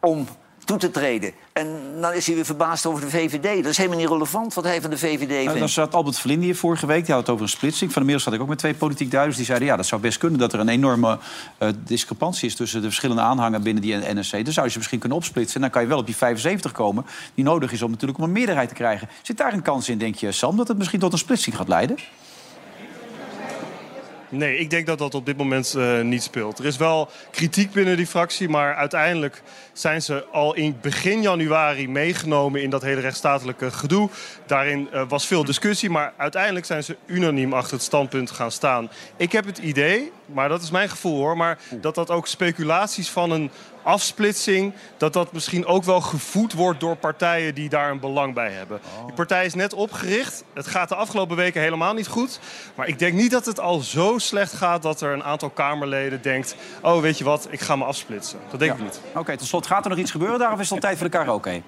om toe te treden. En dan is hij weer verbaasd over de VVD. Dat is helemaal niet relevant wat hij van de VVD
Nou, dan
vindt.
zat Albert Verlinde hier vorige week. Die had het over een splitsing. Van inmiddels zat ik ook met twee politiek duiders. Die zeiden, ja, dat zou best kunnen dat er een enorme eh, discrepantie is... tussen de verschillende aanhangen binnen die NSC. Dan zou je ze misschien kunnen opsplitsen. En dan kan je wel op die 75 komen. Die nodig is om natuurlijk om een meerderheid te krijgen. Zit daar een kans in, denk je, Sam, dat het misschien tot een splitsing gaat leiden?
Nee, ik denk dat dat op dit moment eh, niet speelt. Er is wel kritiek binnen die fractie, maar uiteindelijk zijn ze al in begin januari meegenomen in dat hele rechtsstatelijke gedoe. Daarin eh, was veel discussie, maar uiteindelijk zijn ze unaniem achter het standpunt gaan staan. Ik heb het idee, maar dat is mijn gevoel hoor, maar dat dat ook speculaties van een afsplitsing, dat dat misschien ook wel gevoed wordt door partijen die daar een belang bij hebben. Die partij is net opgericht. Het gaat de afgelopen weken helemaal niet goed. Maar ik denk niet dat het al zo slecht gaat dat er een aantal Kamerleden denkt: oh, weet je wat, ik ga me afsplitsen. Dat denk ik niet.
Oké, tot slot, gaat er nog iets gebeuren daar of is het al tijd voor de karaoke?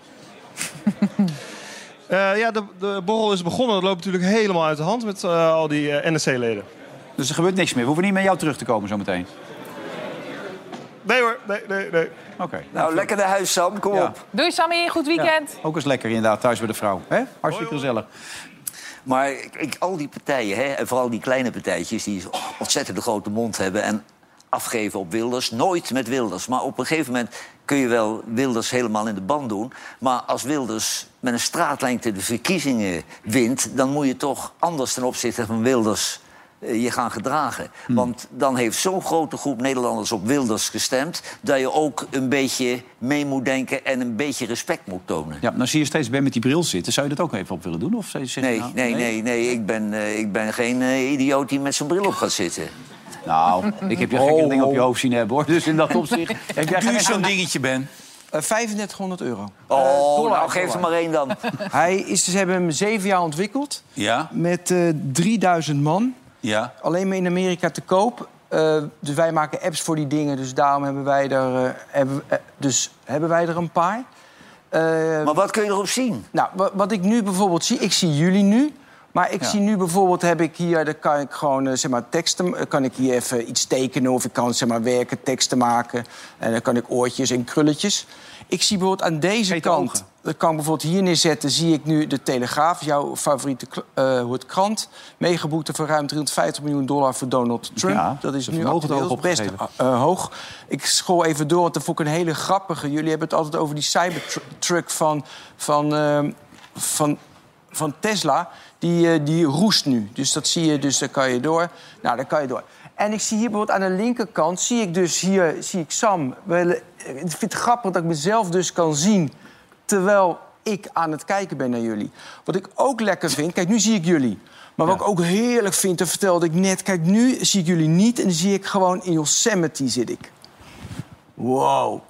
Eh, ja, de, de borrel is begonnen. Dat loopt natuurlijk helemaal uit de hand met eh, al die NSC-leden.
Dus er gebeurt niks meer. We hoeven niet met jou terug te komen zometeen.
Nee hoor, nee, nee, nee.
Oké.
Nou, lekker naar huis, Sam. Kom
Ja.
op.
Doei Sammy, goed weekend.
Ook eens lekker inderdaad, thuis bij de vrouw. hè? Hartstikke gezellig.
Maar ik, ik- al die partijen, hè, en vooral die kleine partijtjes... die ontzettend de grote mond hebben en afgeven op Wilders. Nooit met Wilders. Maar op een gegeven moment kun je wel Wilders helemaal in de band doen. Maar als Wilders met een straatlengte de verkiezingen wint... dan moet je toch anders ten opzichte van Wilders eh, je gaan gedragen. Want dan heeft zo'n grote groep Nederlanders op Wilders gestemd... dat je ook een beetje mee moet denken en een beetje respect moet tonen.
Ja, nou zie je steeds Ben met die bril zitten. Zou je dat ook even op willen doen? Of zeg je
Nee,
nou,
nee, nee, nee. Ik, ben, eh, ik ben geen eh, idioot die met zijn bril op gaat zitten.
Nou, ik heb je gekke dingen op je hoofd zien hebben, hoor. Dus in dat opzicht... heb jij
Duur
geen...
Oh. zo'n dingetje, Ben.
Eh, 3500 euro.
Oh, nou
dollar,
geef er
dollar.
maar één dan.
Hij is, ze hebben hem zeven jaar ontwikkeld
Ja,
met eh 3000 man.
ja.
Alleen maar in Amerika te koop. Eh, dus wij maken apps voor die dingen. Dus daarom hebben wij er, eh, hebben, eh, dus hebben wij er een paar. Eh,
Maar wat kun je erop zien?
Nou, wa- wat ik nu bijvoorbeeld zie, ik zie jullie nu. Maar ik zie nu bijvoorbeeld, heb ik hier, dan kan ik gewoon eh, zeg maar, teksten, eh, kan ik hier even iets tekenen of ik kan zeg maar, werken, teksten maken. En dan kan ik oortjes en krulletjes. Ik zie bijvoorbeeld aan deze
Gete
kant,
ogen.
dat kan ik bijvoorbeeld hier neerzetten, zie ik nu de Telegraaf, jouw favoriete kl- eh, hoe het krant, meegeboekte voor ruim 350 miljoen dollar voor Donald Trump.
Ja,
dat is
de
nu
vermogen
actueel
hoog
best
opgegeven.
eh, hoog. Ik school even door, want dat vond ik een hele grappige. Jullie hebben het altijd over die cybertruck van, van, ehm, van, van Tesla. Die, eh, die roest nu. Dus dat zie je, dus daar kan je door. Nou, daar kan je door. En ik zie hier bijvoorbeeld aan de linkerkant... zie ik dus hier, zie ik Sam. Wel, eh, Ik vind het grappig dat ik mezelf dus kan zien... terwijl ik aan het kijken ben naar jullie. Wat ik ook lekker vind... Kijk, nu zie ik jullie. Maar wat ik ook heerlijk vind, dat vertelde ik net... Kijk, nu zie ik jullie niet en dan zie ik gewoon in Yosemite zit ik. Wow.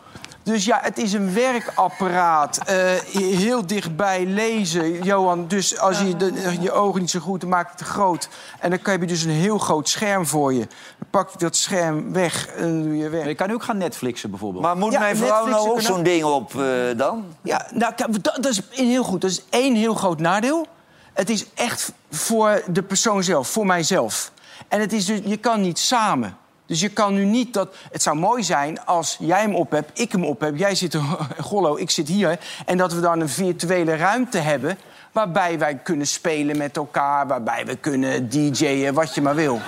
Dus ja, het is een werkapparaat. Eh, heel dichtbij lezen, Johan. Dus als je de- je ogen niet zo goed, dan maak je het te groot. En dan heb je dus een heel groot scherm voor je. Dan pak je dat scherm weg en dan doe je weg.
Je kan nu ook gaan Netflixen, bijvoorbeeld.
Maar moet
Ja,
mijn vrouw
Netflix
nou ook
en dat-
zo'n ding op eh, dan?
Ja, nou, kijk, dat, dat is een heel goed. Dat is één heel groot nadeel. Het is echt voor de persoon zelf, voor mijzelf. En het is dus, je kan niet samen. Dus je kan nu niet dat... Het zou mooi zijn als jij hem op hebt, ik hem op heb... jij zit in Gollo, ik zit hier... en dat we dan een virtuele ruimte hebben... waarbij wij kunnen spelen met elkaar... waarbij we kunnen DJ'en, wat je maar wil.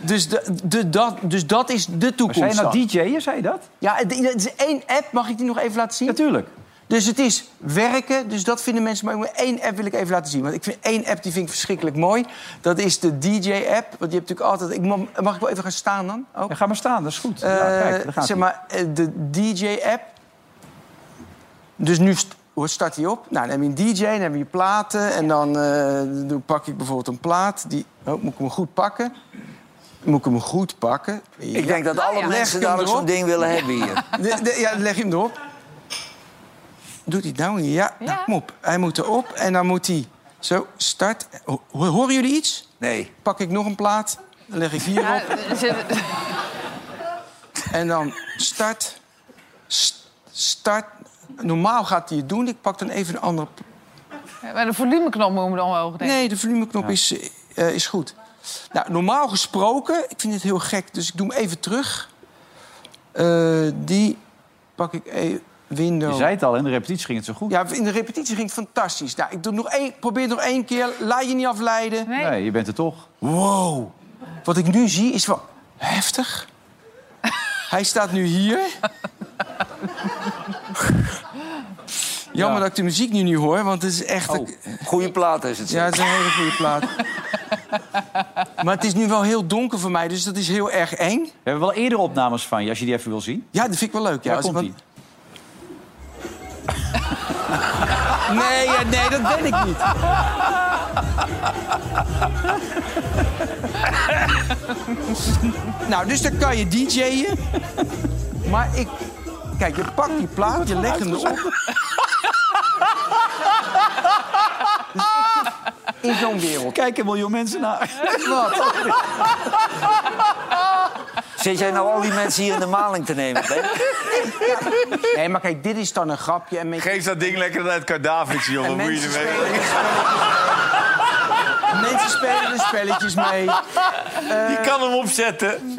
Dus, de, de, dat, dus dat is de toekomst.
Zijn dat
dan.
DJ'en, zei je dat?
Ja, het het is één app. Mag ik die nog even laten zien?
Natuurlijk.
Dus het is werken, dus dat vinden mensen mooi. Maar één app wil ik even laten zien. Want ik vind één app die vind ik verschrikkelijk mooi. Dat is de DJ-app. Want je hebt natuurlijk altijd. Ik, mag mag ik wel even gaan staan dan? Ook?
Ja, ga maar staan, dat is goed. ja,
Eh,
kijk, daar gaat
zeg maar, eh, de DJ-app. Dus nu st- hoe start die op. Nou, dan heb je een DJ, dan heb je platen. En dan eh, doe- pak ik bijvoorbeeld een plaat. Die, oh, moet ik hem goed pakken? Moet ik hem goed pakken? Ja.
Ik denk dat alle
Leg
mensen
hem
dadelijk zo'n
erop.
ding willen hebben hier.
De- de- ja, leg je hem erop. Doet hij het nou? Ja, nou, kom op. Hij moet erop en dan moet hij... Zo, start. Ho- horen jullie iets?
Nee.
Pak ik nog een plaat, dan leg ik hier op. En dan start. S- Start. Normaal gaat hij het doen. Ik pak dan even een andere... pl-
Maar de volumeknop moet we dan omhoog denken.
Nee, de volumeknop is, eh, is goed. Nou, normaal gesproken... Ik vind het heel gek, dus ik doe hem even terug. Eh, die... pak ik even window.
Je zei het al, in de repetitie ging het zo goed.
Ja, in de repetitie ging het fantastisch. Nou, ik doe nog één, probeer het nog één keer. Laat je niet afleiden.
Nee.
Nee, je bent er toch.
Wow. Wat ik nu zie is wel heftig. Hij staat nu hier. Jammer dat ik de muziek nu niet hoor, want het is echt...
Goede plaat is het.
Ja, het is een hele goede plaat. maar het is nu wel heel donker voor mij, dus dat is heel erg eng.
We hebben wel eerder opnames van je, als je die even wil zien.
Ja, dat vind ik wel leuk. Ja,
Daar
Als-
komt-ie.
want- Nee, ja, nee, dat ben ik niet. nou, dus dan kan je DJ'en. Maar ik... Kijk, je pakt die plaat, je legt hem erop. Dus ik zit In zo'n wereld.
Kijk een miljoen mensen naar.
Wat?
Zit jij nou al die mensen hier in de maling te nemen? Ben?
Nee, maar kijk, dit is dan een grapje. En met
Geef dat ding lekker uit Kadavici, joh.
En mensen spelen er spelletjes mee. Mensen spelen er spelletjes mee.
eh,
Je kan hem opzetten.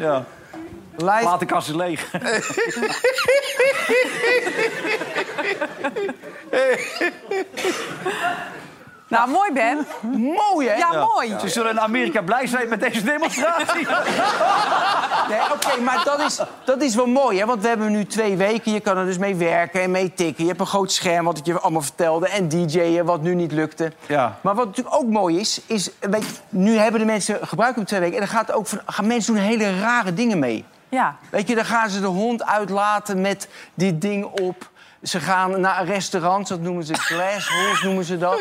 Live.
Laat de kast is leeg.
Nou, mooi Ben.
Mooi, hè?
Ja, mooi.
Ze zullen in Amerika blij zijn met deze demonstratie.
Nee, Oké, maar dat is, dat is wel mooi, hè? Want we hebben nu twee weken. Je kan er dus mee werken en mee tikken. Je hebt een groot scherm, wat ik je allemaal vertelde. En DJ'en, wat nu niet lukte.
Ja.
Maar wat natuurlijk ook mooi is, is... Weet je, nu hebben de mensen gebruik van twee weken. En dan gaat ook van, gaan mensen doen hele rare dingen mee.
Ja.
Weet je, dan gaan ze de hond uitlaten met dit ding op. Ze gaan naar restaurants, dat noemen ze glassholes, noemen ze dat.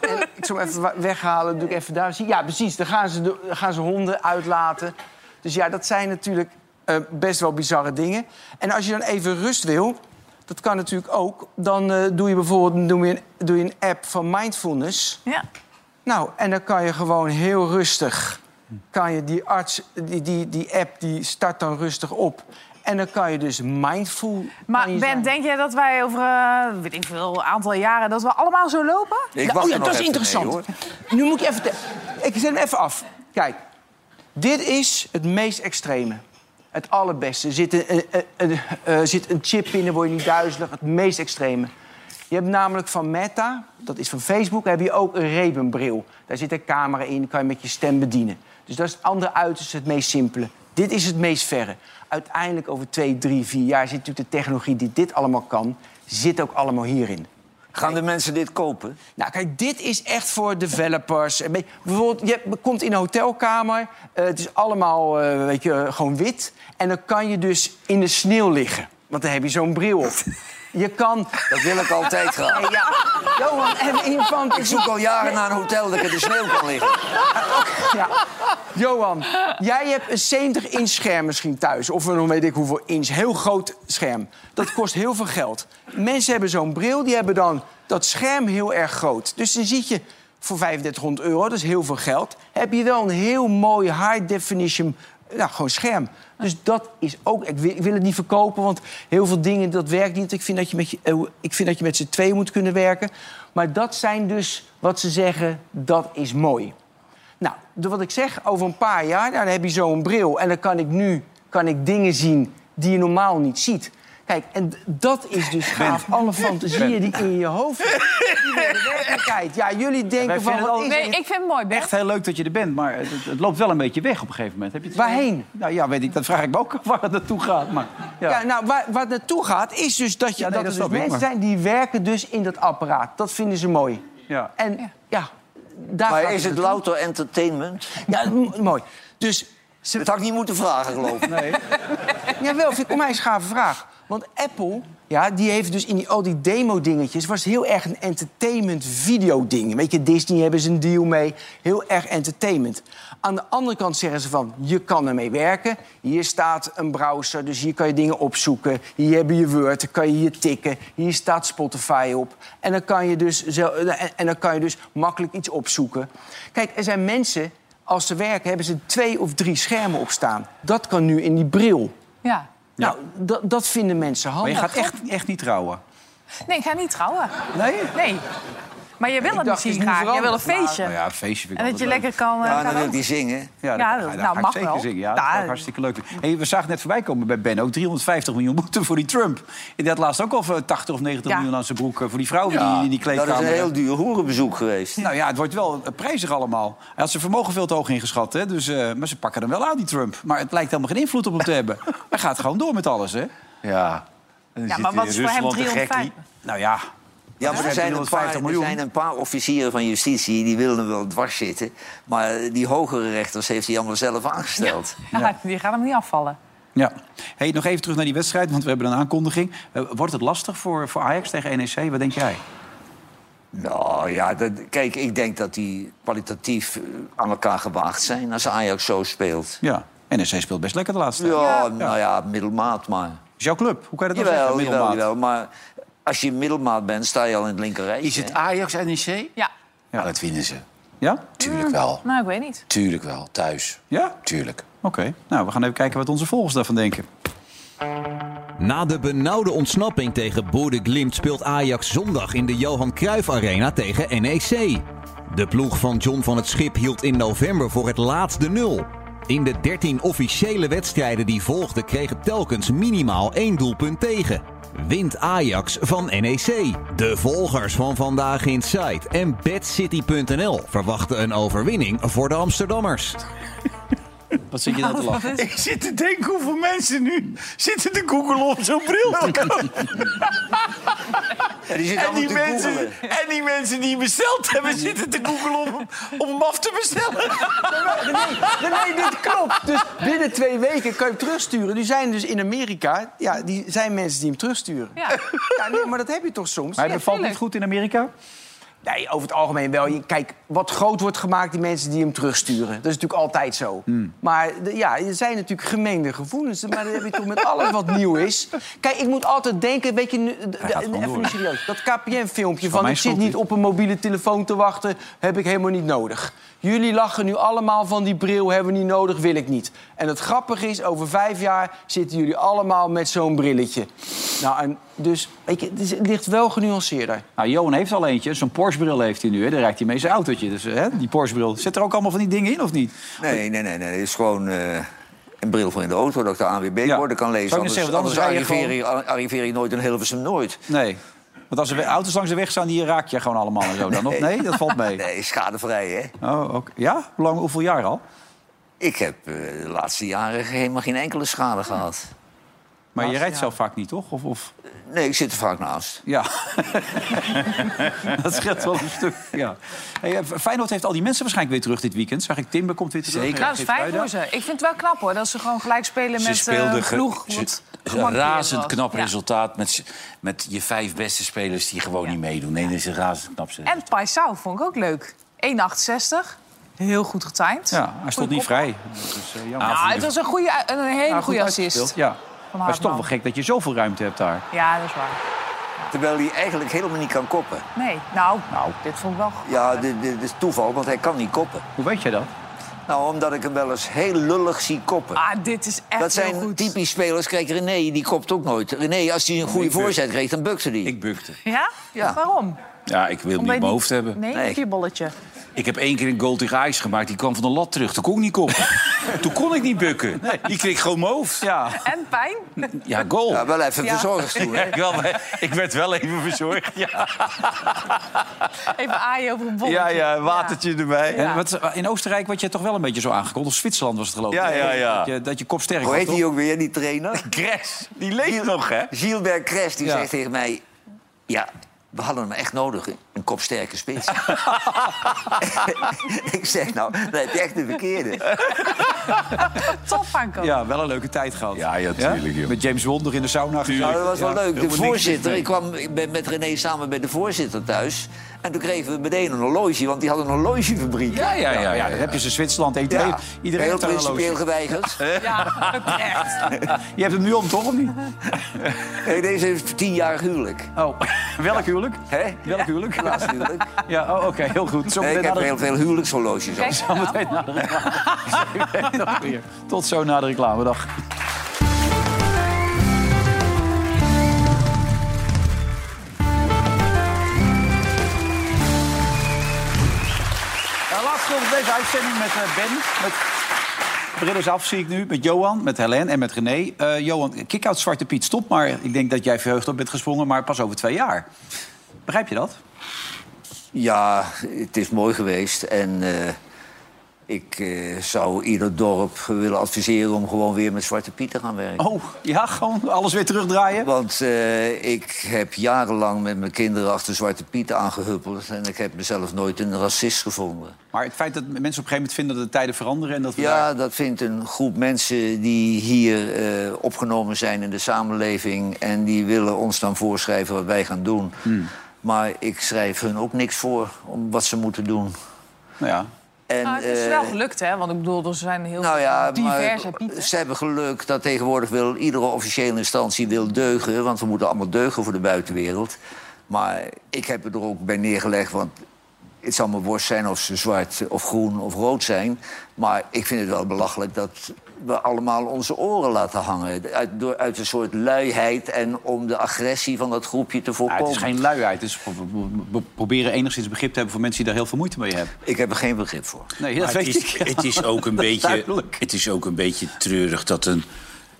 En ik zal hem even wa- weghalen, doe ik even daar. Zie- Ja, precies, dan gaan ze, de, dan gaan ze honden uitlaten. Dus ja, dat zijn natuurlijk eh, best wel bizarre dingen. En als je dan even rust wil, dat kan natuurlijk ook... dan eh, doe je bijvoorbeeld doe je een, doe je een app van mindfulness...
Ja.
Nou, en dan kan je gewoon heel rustig. Kan je die, arts, die, die, die app die start dan rustig op. En dan kan je dus mindful.
Maar
kan je
Ben,
zijn.
denk jij dat wij over eh, weet ik veel, een aantal jaren dat we allemaal zo lopen?
Ik
Ja,
wacht
oh ja,
er nog
dat is
even
interessant.
mee, hoor.
nu moet ik even. te- Ik zet hem even af. Kijk, dit is het meest extreme. Het allerbeste. Er zit een, een, een- een- eh, zit een chip in, dan word je niet duizelig. Het meest extreme. Je hebt namelijk van Meta, dat is van Facebook, heb je ook een Ray-Ban-bril. Daar zit een camera in, kan je met je stem bedienen. Dus dat is het andere uiterste, het meest simpele. Dit is het meest verre. Uiteindelijk over twee, drie, vier jaar zit natuurlijk de technologie die dit allemaal kan, zit ook allemaal hierin.
Gaan de mensen dit kopen?
Nou, kijk, dit is echt voor developers. Een beetje- Bijvoorbeeld, je komt in een hotelkamer. eh, het is allemaal, eh, weet je, eh, gewoon wit. En dan kan je dus in de sneeuw liggen. Want dan heb je zo'n bril op. Je kan...
Dat wil ik altijd graag.
Ja, Johan, even
Ik
infantiel.
zoek al jaren naar een hotel dat ik in de sneeuw kan liggen.
Ja. Johan, jij hebt een 70 inch scherm misschien thuis. Of een weet ik hoeveel inch. Heel groot scherm. Dat kost heel veel geld. Mensen hebben zo'n bril, die hebben dan dat scherm heel erg groot. Dus dan zit je voor 3500 euro, dat is heel veel geld... heb je wel een heel mooi high definition nou, gewoon scherm. Dus dat is ook... Ik wil, ik wil het niet verkopen, want heel veel dingen, dat werkt niet. Ik vind dat je met, je, eh, ik vind dat je met z'n tweeën moet kunnen werken. Maar dat zijn dus wat ze zeggen, dat is mooi. Nou, de- wat ik zeg, over een paar jaar, nou, dan heb je zo'n bril. En dan kan ik nu kan ik dingen zien die je normaal niet ziet. Kijk, en d- dat is dus gaaf. Alle fantasieën die in je hoofd die worden werkelijkheid. Ja, jullie denken van,
vinden
wat
het
is
Nee,
het?
ik vind het mooi, Ben.
Echt heel leuk dat je er bent, maar het, het loopt wel een beetje weg op een gegeven moment. Heb je het
Waarheen?
Nou ja, weet ik. Dat vraag ik me ook af waar het naartoe gaat. Maar, ja.
Ja, nou, waar, waar het naartoe gaat, is dus dat, je,
Ja, nee,
dat,
dat
er
snap
dus
ik,
mensen
maar-
zijn die werken dus in dat apparaat. Dat vinden ze mooi.
Ja.
En ja, daar gaat
Maar is het
naartoe.
louter entertainment?
Ja, m- mooi. Dus
Dat had ik niet moeten vragen, geloof ik.
Jawel, vind ik mij een gave vraag. Want Apple, ja, die heeft dus in die, al die demo-dingetjes... was heel erg een entertainment video-ding. Weet je, Disney hebben ze een deal mee. Heel erg entertainment. Aan de andere kant zeggen ze van, je kan ermee werken. Hier staat een browser, dus hier kan je dingen opzoeken. Hier heb je je Word, dan kan je hier tikken. Hier staat Spotify op. En dan kan je dus, zo- en- en dan kan je dus makkelijk iets opzoeken. Kijk, er zijn mensen... Als ze werken, hebben ze twee of drie schermen op staan. Dat kan nu in die bril.
Ja.
Nou, dat- dat vinden mensen
maar
handig.
je gaat echt, echt niet trouwen.
Nee, ik ga niet trouwen.
Nee?
Nee. Maar je wil het niet
dacht,
zien
het is nu
graag. Je wil een
veranderd, maar-
feestje.
Nou ja, een feestje vind ik
En dat je
altijd leuk.
lekker kan... eh,
Ja,
kan
dan wil
ook.
die zingen.
dat,
Ja, nou,
ga
mag
ik zeker
wel.
zingen. Ja, dat is
Ja.
ook hartstikke leuk. Hey, we zagen net voorbij komen bij Ben ook 350 miljoen boete voor die Trump. En dat laatst ook al voor 80 of 90
Ja.
miljoen aan zijn broek eh, voor die vrouw die in die
Dat
kleedkamer.
is een heel duur hoerenbezoek geweest.
Nou ja, het wordt wel eh, prijzig allemaal. Hij had zijn vermogen veel te hoog ingeschat, hè? Dus, eh, maar ze pakken hem wel aan, die Trump. Maar het lijkt helemaal geen invloed op hem te hebben. Hij gaat gewoon door met alles, hè?
Ja.
Ja, maar wat is voor hem 350?
Nou ja,
Ja, maar er
Hij
zijn, een
350
paar, er
miljoen.
zijn een paar officieren van justitie die willen hem wel dwars zitten. Maar die hogere rechters heeft hij allemaal zelf aangesteld.
Die gaat hem niet afvallen.
Ja. Hey, nog even terug naar die wedstrijd, want we hebben een aankondiging. Eh, wordt het lastig voor, voor Ajax tegen NEC? Wat denk jij?
Nou ja, dat, kijk, ik denk dat die kwalitatief eh, aan elkaar gewaagd zijn als Ajax zo speelt.
Ja, NEC speelt best lekker de laatste
Ja,
tijd.
nou ja, middelmaat maar.
Is jouw club? Hoe kan je dat dan
Jawel,
zeggen?
jawel,
middelmaat?
jawel. Maar als je middelmaat bent, sta je al in het linkerrijtje.
Is het Ajax NEC?
Ja,
Ja, Oh, dat winnen ze.
Ja?
Tuurlijk wel.
nou, ik weet niet.
Tuurlijk wel. Thuis.
Ja?
Tuurlijk.
Oké. Nou, we gaan even kijken wat onze volgers daarvan denken.
Na de benauwde ontsnapping tegen Bode Glimt speelt Ajax zondag in de Johan Cruijff Arena tegen NEC. De ploeg van John van het Schip hield in november voor het laatst de nul. In de 13 officiële wedstrijden die volgden kreeg het telkens minimaal één doelpunt tegen. Wint Ajax van NEC. De volgers van Vandaag Inside en BadCity.nl verwachten een overwinning voor de Amsterdammers.
Wat zit je
Oh,
nou te lachen?
Ik zit te denken hoeveel mensen nu zitten te googelen op zo'n bril.
Ja, die
En
zitten allemaal
die,
te
mensen,
googelen.
en die mensen die besteld hebben zitten te googelen om, om hem af te bestellen.
Nee, dit klopt. Dus binnen twee weken kan je hem terugsturen. Die zijn dus in Amerika... Ja, die zijn mensen die hem terugsturen.
Ja. Nou,
Ja, nee, maar dat heb je toch soms?
Hij bevalt niet goed in Amerika?
Nee, over het algemeen wel. Je- Kijk, wat groot wordt gemaakt, die mensen die hem terugsturen. Dat is natuurlijk altijd zo.
Hmm.
Maar de- ja, er zijn natuurlijk gemengde gevoelens. Maar dat heb je toch met alles wat nieuw is. Kijk, ik moet altijd denken, weet je... nu- de-
gaat gewoon
Even
door.
nu serieus. Dat KPN-filmpje van
mijn
ik zit
schuld,
niet op een mobiele telefoon te wachten... heb ik helemaal niet nodig. Jullie lachen nu allemaal van die bril, hebben we niet nodig, wil ik niet. En het grappige is, over vijf jaar zitten jullie allemaal met zo'n brilletje. Nou, en dus, weet je, het is- het ligt wel genuanceerder.
Nou, Johan heeft al eentje. Zo'n Porsche-bril heeft hij nu. Hè. Daar rijdt hij mee zijn autootje. Dus hè, die Porsche-bril. Zit er ook allemaal van die dingen in, of niet?
Nee, nee, nee. nee. Het is gewoon eh, een bril voor in de auto dat ik de ANWB
Ja.
woorden kan lezen.
Zou ik net
Anders,
zeggen, want
anders
anders rij je
arriveer, je, arriveer je nooit in Hilversum nooit.
Nee. Want als er we- auto's langs de weg staan, die raak je gewoon allemaal en zo dan. Of nee, dat valt mee.
Nee, schadevrij, hè?
Oh, oké. Ja? Hoe lang, hoeveel jaar al?
Ik heb eh, de laatste jaren helemaal geen enkele schade gehad.
Maar je rijdt zelf vaak niet, toch? Of, of...
Nee, ik zit er vaak naast.
Ja. dat scheelt wel een stuk. Ja. Hey, eh, Feyenoord heeft al die mensen waarschijnlijk weer terug dit weekend. Zag ik, Timber komt weer terug.
Zeker.
Nou, dat is fijn voor ze. Ik vind het wel knap hoor, dat ze gewoon gelijk spelen met eh, een
ge-
ploeg.
ze-
wat
een
gemarkeerd
razend
was.
knap
Ja.
resultaat met, s- met je vijf beste spelers die gewoon
Ja.
niet meedoen. Nee, dat is een razend knap. set.
En Paisao vond ik ook leuk. 1,68. Heel goed getimed.
Ja, hij stond
Goeie
niet
kop.
vrij. Dat is, eh, jammer.
Ja, het was een, goede, eh, een hele
Ja, goed
goede assist.
uitgespeeld. Ja. Maar het is toch wel
Hartman.
gek dat je zoveel ruimte hebt daar.
Ja, dat is waar.
Terwijl hij eigenlijk helemaal niet kan koppen.
Nee, nou,
Nou.
dit vond ik wel goed.
Ja, dit, dit is toeval, want hij kan niet koppen.
Hoe weet jij dat?
Nou, omdat ik hem wel eens heel lullig zie koppen.
Ah, dit is echt
dat
heel
zijn
goed.
typisch spelers. Kijk, René, die kopt ook nooit. René, als hij een goede voorzet kreeg, dan bukte hij.
Ik bukte.
Ja?
Ja.
Waarom?
Ja, ik wil hem niet
Omdat
in
je
mijn hoofd hebben.
Nee,
Nee.
een kierballetje.
Ik heb één keer een goal tegen Ajax gemaakt. Die kwam van de lat terug. Toen kon ik niet koppen. Toen kon ik niet bukken. Die kreeg gewoon mijn hoofd.
Ja.
En pijn?
Ja, goal.
Ja, wel even
Ja.
verzorgd doen. hè.
Ik, wel, ik werd wel even verzorgd. Ja,
Even aaien over een bolletje.
ja, ja watertje erbij.
En wat, in Oostenrijk werd je toch wel een beetje zo aangekondigd. Of Zwitserland was het geloof ik.
Ja, ja, ja.
Dat je, dat je kop sterk
Hoe
was,
heet
toch?
die ook weer, die trainer?
Crash, die leeft nog, hè?
Gilbert Kres, die
Ja.
zegt tegen mij... Ja, we hadden hem echt nodig, een kopsterke spits. ik zeg, nou, dat heb je echt de verkeerde.
Top aankomen.
Ja, wel een leuke tijd gehad.
Ja, ja, tuurlijk, joh.
Met James Wonder in de sauna.
Nou,
gezeten.
dat was wel
Ja,
leuk. De
helemaal niks
voorzitter,
mis
ik kwam ik ben met René samen bij de voorzitter thuis. En toen kregen we meteen een horloge, want die had een horlogefabriek.
Ja, ja, ja. ja, ja. Dan heb je ze Zwitserland. ET.
Ja,
Iedereen heeft daar
heel
een horloge.
principieel geweigerd.
Ja, echt.
Je hebt hem nu om, toch? Of niet?
Nee, deze heeft tienjarig huwelijk.
Oh, welk huwelijk?
Hè?
Welk huwelijk?
Laatst huwelijk.
Ja, oh, oké, heel goed. Zo
Nee, ik
meteen
heb
na de-
heel veel huwelijkshorloges. al.
Kijk, nou.
Tot zo na de reclamedag.
deze uitzending met eh, Ben. Met
Bril is af, zie ik nu. Met Johan, met Helen en met René. Eh, Johan, kick-out Zwarte Piet, stop maar. Ik denk dat jij verheugd op bent gesprongen, maar pas over twee jaar. Begrijp je dat?
Ja, het is mooi geweest. En eh, ik eh, zou ieder dorp willen adviseren om gewoon weer met Zwarte Piet te gaan werken.
Oh, ja, gewoon alles weer terugdraaien?
Want eh, ik heb jarenlang met mijn kinderen achter Zwarte Piet aangehuppeld. En ik heb mezelf nooit een racist gevonden.
Maar het feit dat mensen op een gegeven moment vinden dat de tijden veranderen... en dat we daar-
Ja, dat vindt een groep mensen die hier eh, opgenomen zijn in de samenleving. En die willen ons dan voorschrijven wat wij gaan doen. Maar ik schrijf hun ook niks voor om wat ze moeten doen.
Nou ja.
En,
Maar het is
eh,
wel gelukt, hè? Want ik bedoel, er zijn heel
Nou ja,
veel diverse
maar
pieten.
ze hebben geluk dat tegenwoordig wil iedere officiële instantie wil deugen. Want we moeten allemaal deugen voor de buitenwereld. Maar ik heb het er ook bij neergelegd, want het zal me worst zijn of ze zwart of groen of rood zijn. Maar ik vind het wel belachelijk dat we allemaal onze oren laten hangen. Uit, door, uit een soort luiheid en om de agressie van dat groepje te
Ja,
voorkomen.
het is geen luiheid. Het is pro- pro- pro- proberen enigszins begrip te hebben voor mensen die daar heel veel moeite mee hebben.
Ik heb er geen begrip voor.
Nee,
Maar
dat
het
weet
is-
ik.
Het is, ook een
Dat is
beetje,
duidelijk.
het is ook een beetje treurig dat een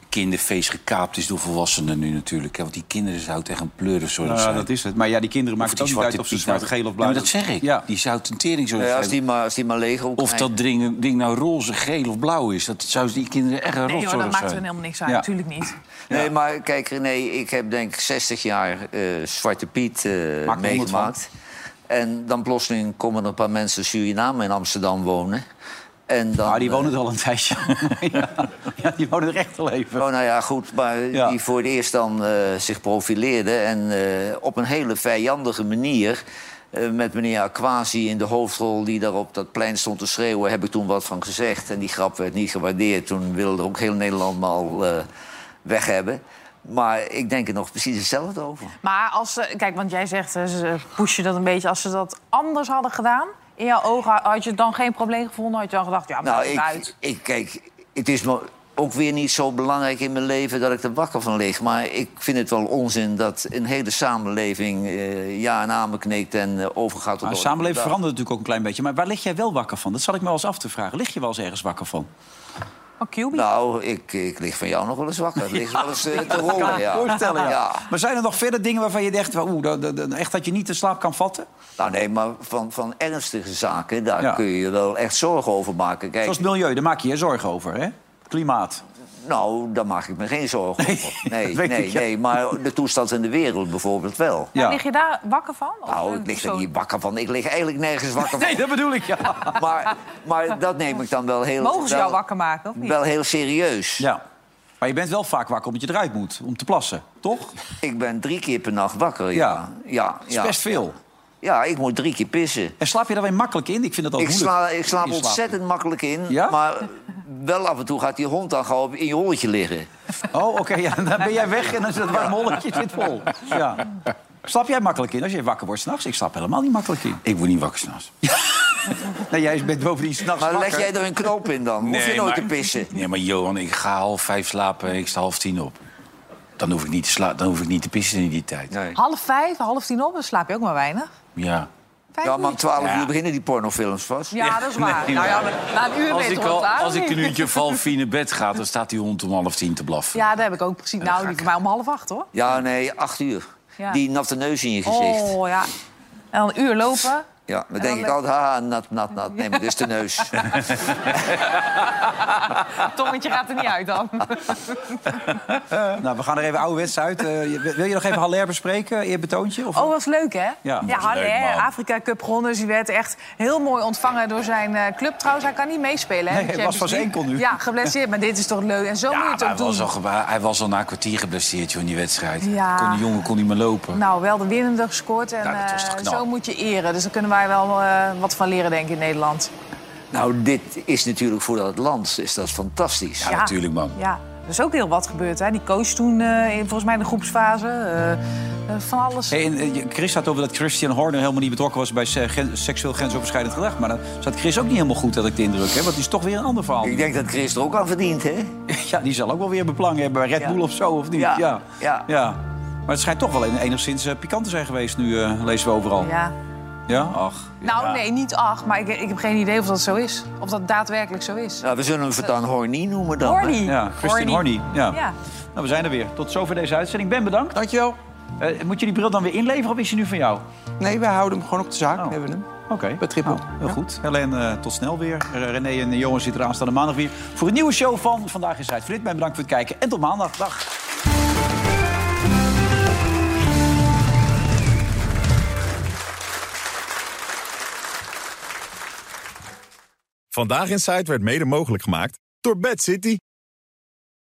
kinderfeest gekaapt is door volwassenen nu natuurlijk. hè. Want die kinderen zouden tegen een pleuren zorgen
Nou,
zijn.
dat is het. Maar ja, die kinderen maken
Of
het
die
ook niet
zwarte
uit of ze
Piet
zwart,
nou-
geel of
Ja,
blauw
maar dat zeg ik.
Ja.
Die zou een tering zorgen.
Nee, als, die maar, als die maar leeg
Of dat ding, ding nou roze, geel of blauw is. Dat zou die kinderen echt een
Nee, joh, dat
rotzorg
maakt er
zijn.
helemaal niks uit.
Ja.
Natuurlijk niet.
Nee, maar kijk René, ik heb denk ik 60 jaar eh, Zwarte Piet eh,
honderd
meegemaakt. En dan plotseling komen er een paar mensen Suriname in Amsterdam wonen. En dan,
Ah, die
eh,
wonen er al een tijdje. ja. Ja, die wonen er echt al even.
Oh, nou ja, goed. Maar
Ja.
die voor het eerst dan eh, zich profileerden. En eh, op een hele vijandige manier. eh, met meneer Aquasi in de hoofdrol die daar op dat plein stond te schreeuwen. heb ik toen wat van gezegd. En die grap werd niet gewaardeerd. Toen wilde ook heel Nederland me al eh, weg hebben. Maar ik denk er nog precies hetzelfde over.
Maar als ze, kijk, want jij zegt, eh, ze pushen dat een beetje. Als ze dat anders hadden gedaan, in jouw ogen, had je het dan geen probleem gevonden? Had je dan gedacht, ja, maar
Nou,
het is
ik,
uit.
ik, kijk, het is me ook weer niet zo belangrijk in mijn leven dat ik er wakker van lig. Maar ik vind het wel onzin dat een hele samenleving eh, ja en amen knikt en eh, overgaat tot
Maar de
orde
samenleving
van de dag.
verandert natuurlijk ook een klein beetje. Maar waar lig jij wel wakker van? Dat zal ik me wel eens af te vragen. Lig je wel eens ergens wakker van?
Maar QB.
Nou, ik, ik lig van jou nog wel eens wakker. Ik lig wel eens eh, te rollen, ja.
Voorstellen, ja.
Ja.
Maar zijn er nog verder dingen waarvan je dacht... Oeh, dat, dat- dat- echt dat je niet de slaap kan vatten?
Nou nee, maar van, van ernstige zaken, daar
Ja.
kun je je wel echt zorgen over maken. Kijk,
Zoals het milieu, daar maak je je zorgen over, hè? Klimaat.
nou, daar maak ik me geen zorgen over. Nee,
dat weet
nee,
ik, ja.
nee, maar de toestand in de wereld bijvoorbeeld wel.
Ja.
Lig je daar wakker van? Of,
Nou,
eh,
ik lig er
zo-
niet wakker van. Ik lig eigenlijk nergens wakker van.
Nee, dat bedoel ik, ja.
Maar, maar dat neem ik dan wel heel...
Mogen ze jou
wel-
wakker maken, of niet?
Wel heel serieus.
ja. Maar je bent wel vaak wakker omdat je eruit moet. Om te plassen, toch? Dat
Ik ben drie keer per nacht wakker. Ja, ja,
is
ja,
best veel.
Ja, ik moet drie keer pissen.
En slaap je daar weer makkelijk in? Ik vind het al
Ik,
moeilijk.
sla, ik slaap
in slaap.
ontzettend makkelijk in.
Ja?
Maar wel af en toe gaat die hond dan gewoon in je holletje liggen.
Oh, oké, ja, dan ben jij weg en dan zit het warme holletje zit vol. Ja. Slaap jij makkelijk in als je wakker wordt s'nachts? Ik slaap helemaal niet makkelijk in.
Ik word niet wakker s'nachts.
Nee, jij bent bovendien s'nachts
Maar
wakker.
leg jij er een knoop in dan? Hoef je nooit te pissen.
Nee, maar Johan, ik ga half vijf slapen en ik sta half tien op. Dan hoef ik niet te, sla dan hoef ik niet te pissen in die tijd.
Half vijf, half tien op, dan slaap je ook maar weinig.
Ja.
Vijf
Ja, maar om
minuten.
twaalf uur beginnen die pornofilms vast.
Ja, dat is waar. nou, ja, maar na een uur
Als
ben je
ik,
toch wel
al,
klaar,
als
of
ik een
niet?
uurtje van vier naar bed ga, dan staat die hond om half tien te blaffen.
Ja, daar heb ik ook precies. Nou, die voor mij om half acht, hoor.
Ja, nee, acht uur.
Ja.
Die natte neus in je gezicht.
Oh, ja. En dan een uur lopen.
Ja, dan
dan
denk ik
le-
altijd, haha, nat, nat, nat. Nee, maar dit is de neus.
Tongetje gaat er niet uit dan.
Nou, we gaan er even ouderwets uit. Eh, je- wil je nog even Haller bespreken, eerbetoontje? Of...
Oh, was leuk, hè?
Ja.
ja Haller,
leuk, man.
Afrika Cup gewonnen. Dus die werd echt heel mooi ontvangen door zijn eh, club. Trouwens, hij kan niet meespelen, hè?
Nee,
in de
hij was
Champions
van zijn
League.
enkel nu.
dus Ja, geblesseerd. Maar dit is toch leuk? En zo moet
Ja,
je
maar
het
hij,
ook doen.
was al, geba- hij was al na een kwartier geblesseerd joh, in die wedstrijd.
Ja.
Kon die jongen kon niet meer lopen.
Nou, wel de winnende gescoord. En
Ja, dat was toch
eh,
knap.
zo moet je eren. Dus daar kunnen wij wel eh, wat van leren, denk ik, in Nederland.
Nou, dit is natuurlijk voor dat land is dat fantastisch.
Ja, natuurlijk, man.
Ja, er is ook heel wat gebeurd. Hè? Die coach toen, eh, in, volgens mij in de groepsfase. eh, eh, van alles.
Hey, en, eh, je- Chris had over dat Christian Horner helemaal niet betrokken was... bij se- gen- seksueel grensoverschrijdend gedrag. Maar dan zat Chris ook niet helemaal goed, had ik de indruk. Hè? Want die is toch weer een ander verhaal.
Ik denk dat Chris er ook aan verdient, hè?
Ja, die zal ook wel weer beplangen hebben bij Red Bull of zo, of niet?
Ja,
Ja.
ja.
Maar het schijnt toch wel enigszins eh, pikant te zijn geweest nu, eh, lezen we overal.
Ja.
Ja? Ach.
Nou, nee, niet acht, maar ik, ik heb geen idee of dat zo is. Of dat daadwerkelijk zo is.
Nou, we zullen hem voortaan Horny noemen dan. hè?
Horny.
Ja, Christine Horny. Ja. Nou, we zijn er weer. Tot zover deze uitzending. Ben, bedankt.
Dankjewel.
Eh, moet je die bril dan weer inleveren of is hij nu van jou?
Nee, wij houden hem gewoon op de
Oh.
zaak. We hebben hem.
Oké. Nou,
Bij Triple.
Heel goed. Helene, eh, tot snel weer. Eh, René en Johan zitten er aanstaande maandag weer voor een nieuwe show van Vandaag in Zuid-Vlid. Ben, bedankt voor het kijken en tot maandag. Dag.
Vandaag in Zuid werd mede mogelijk gemaakt door Bad City.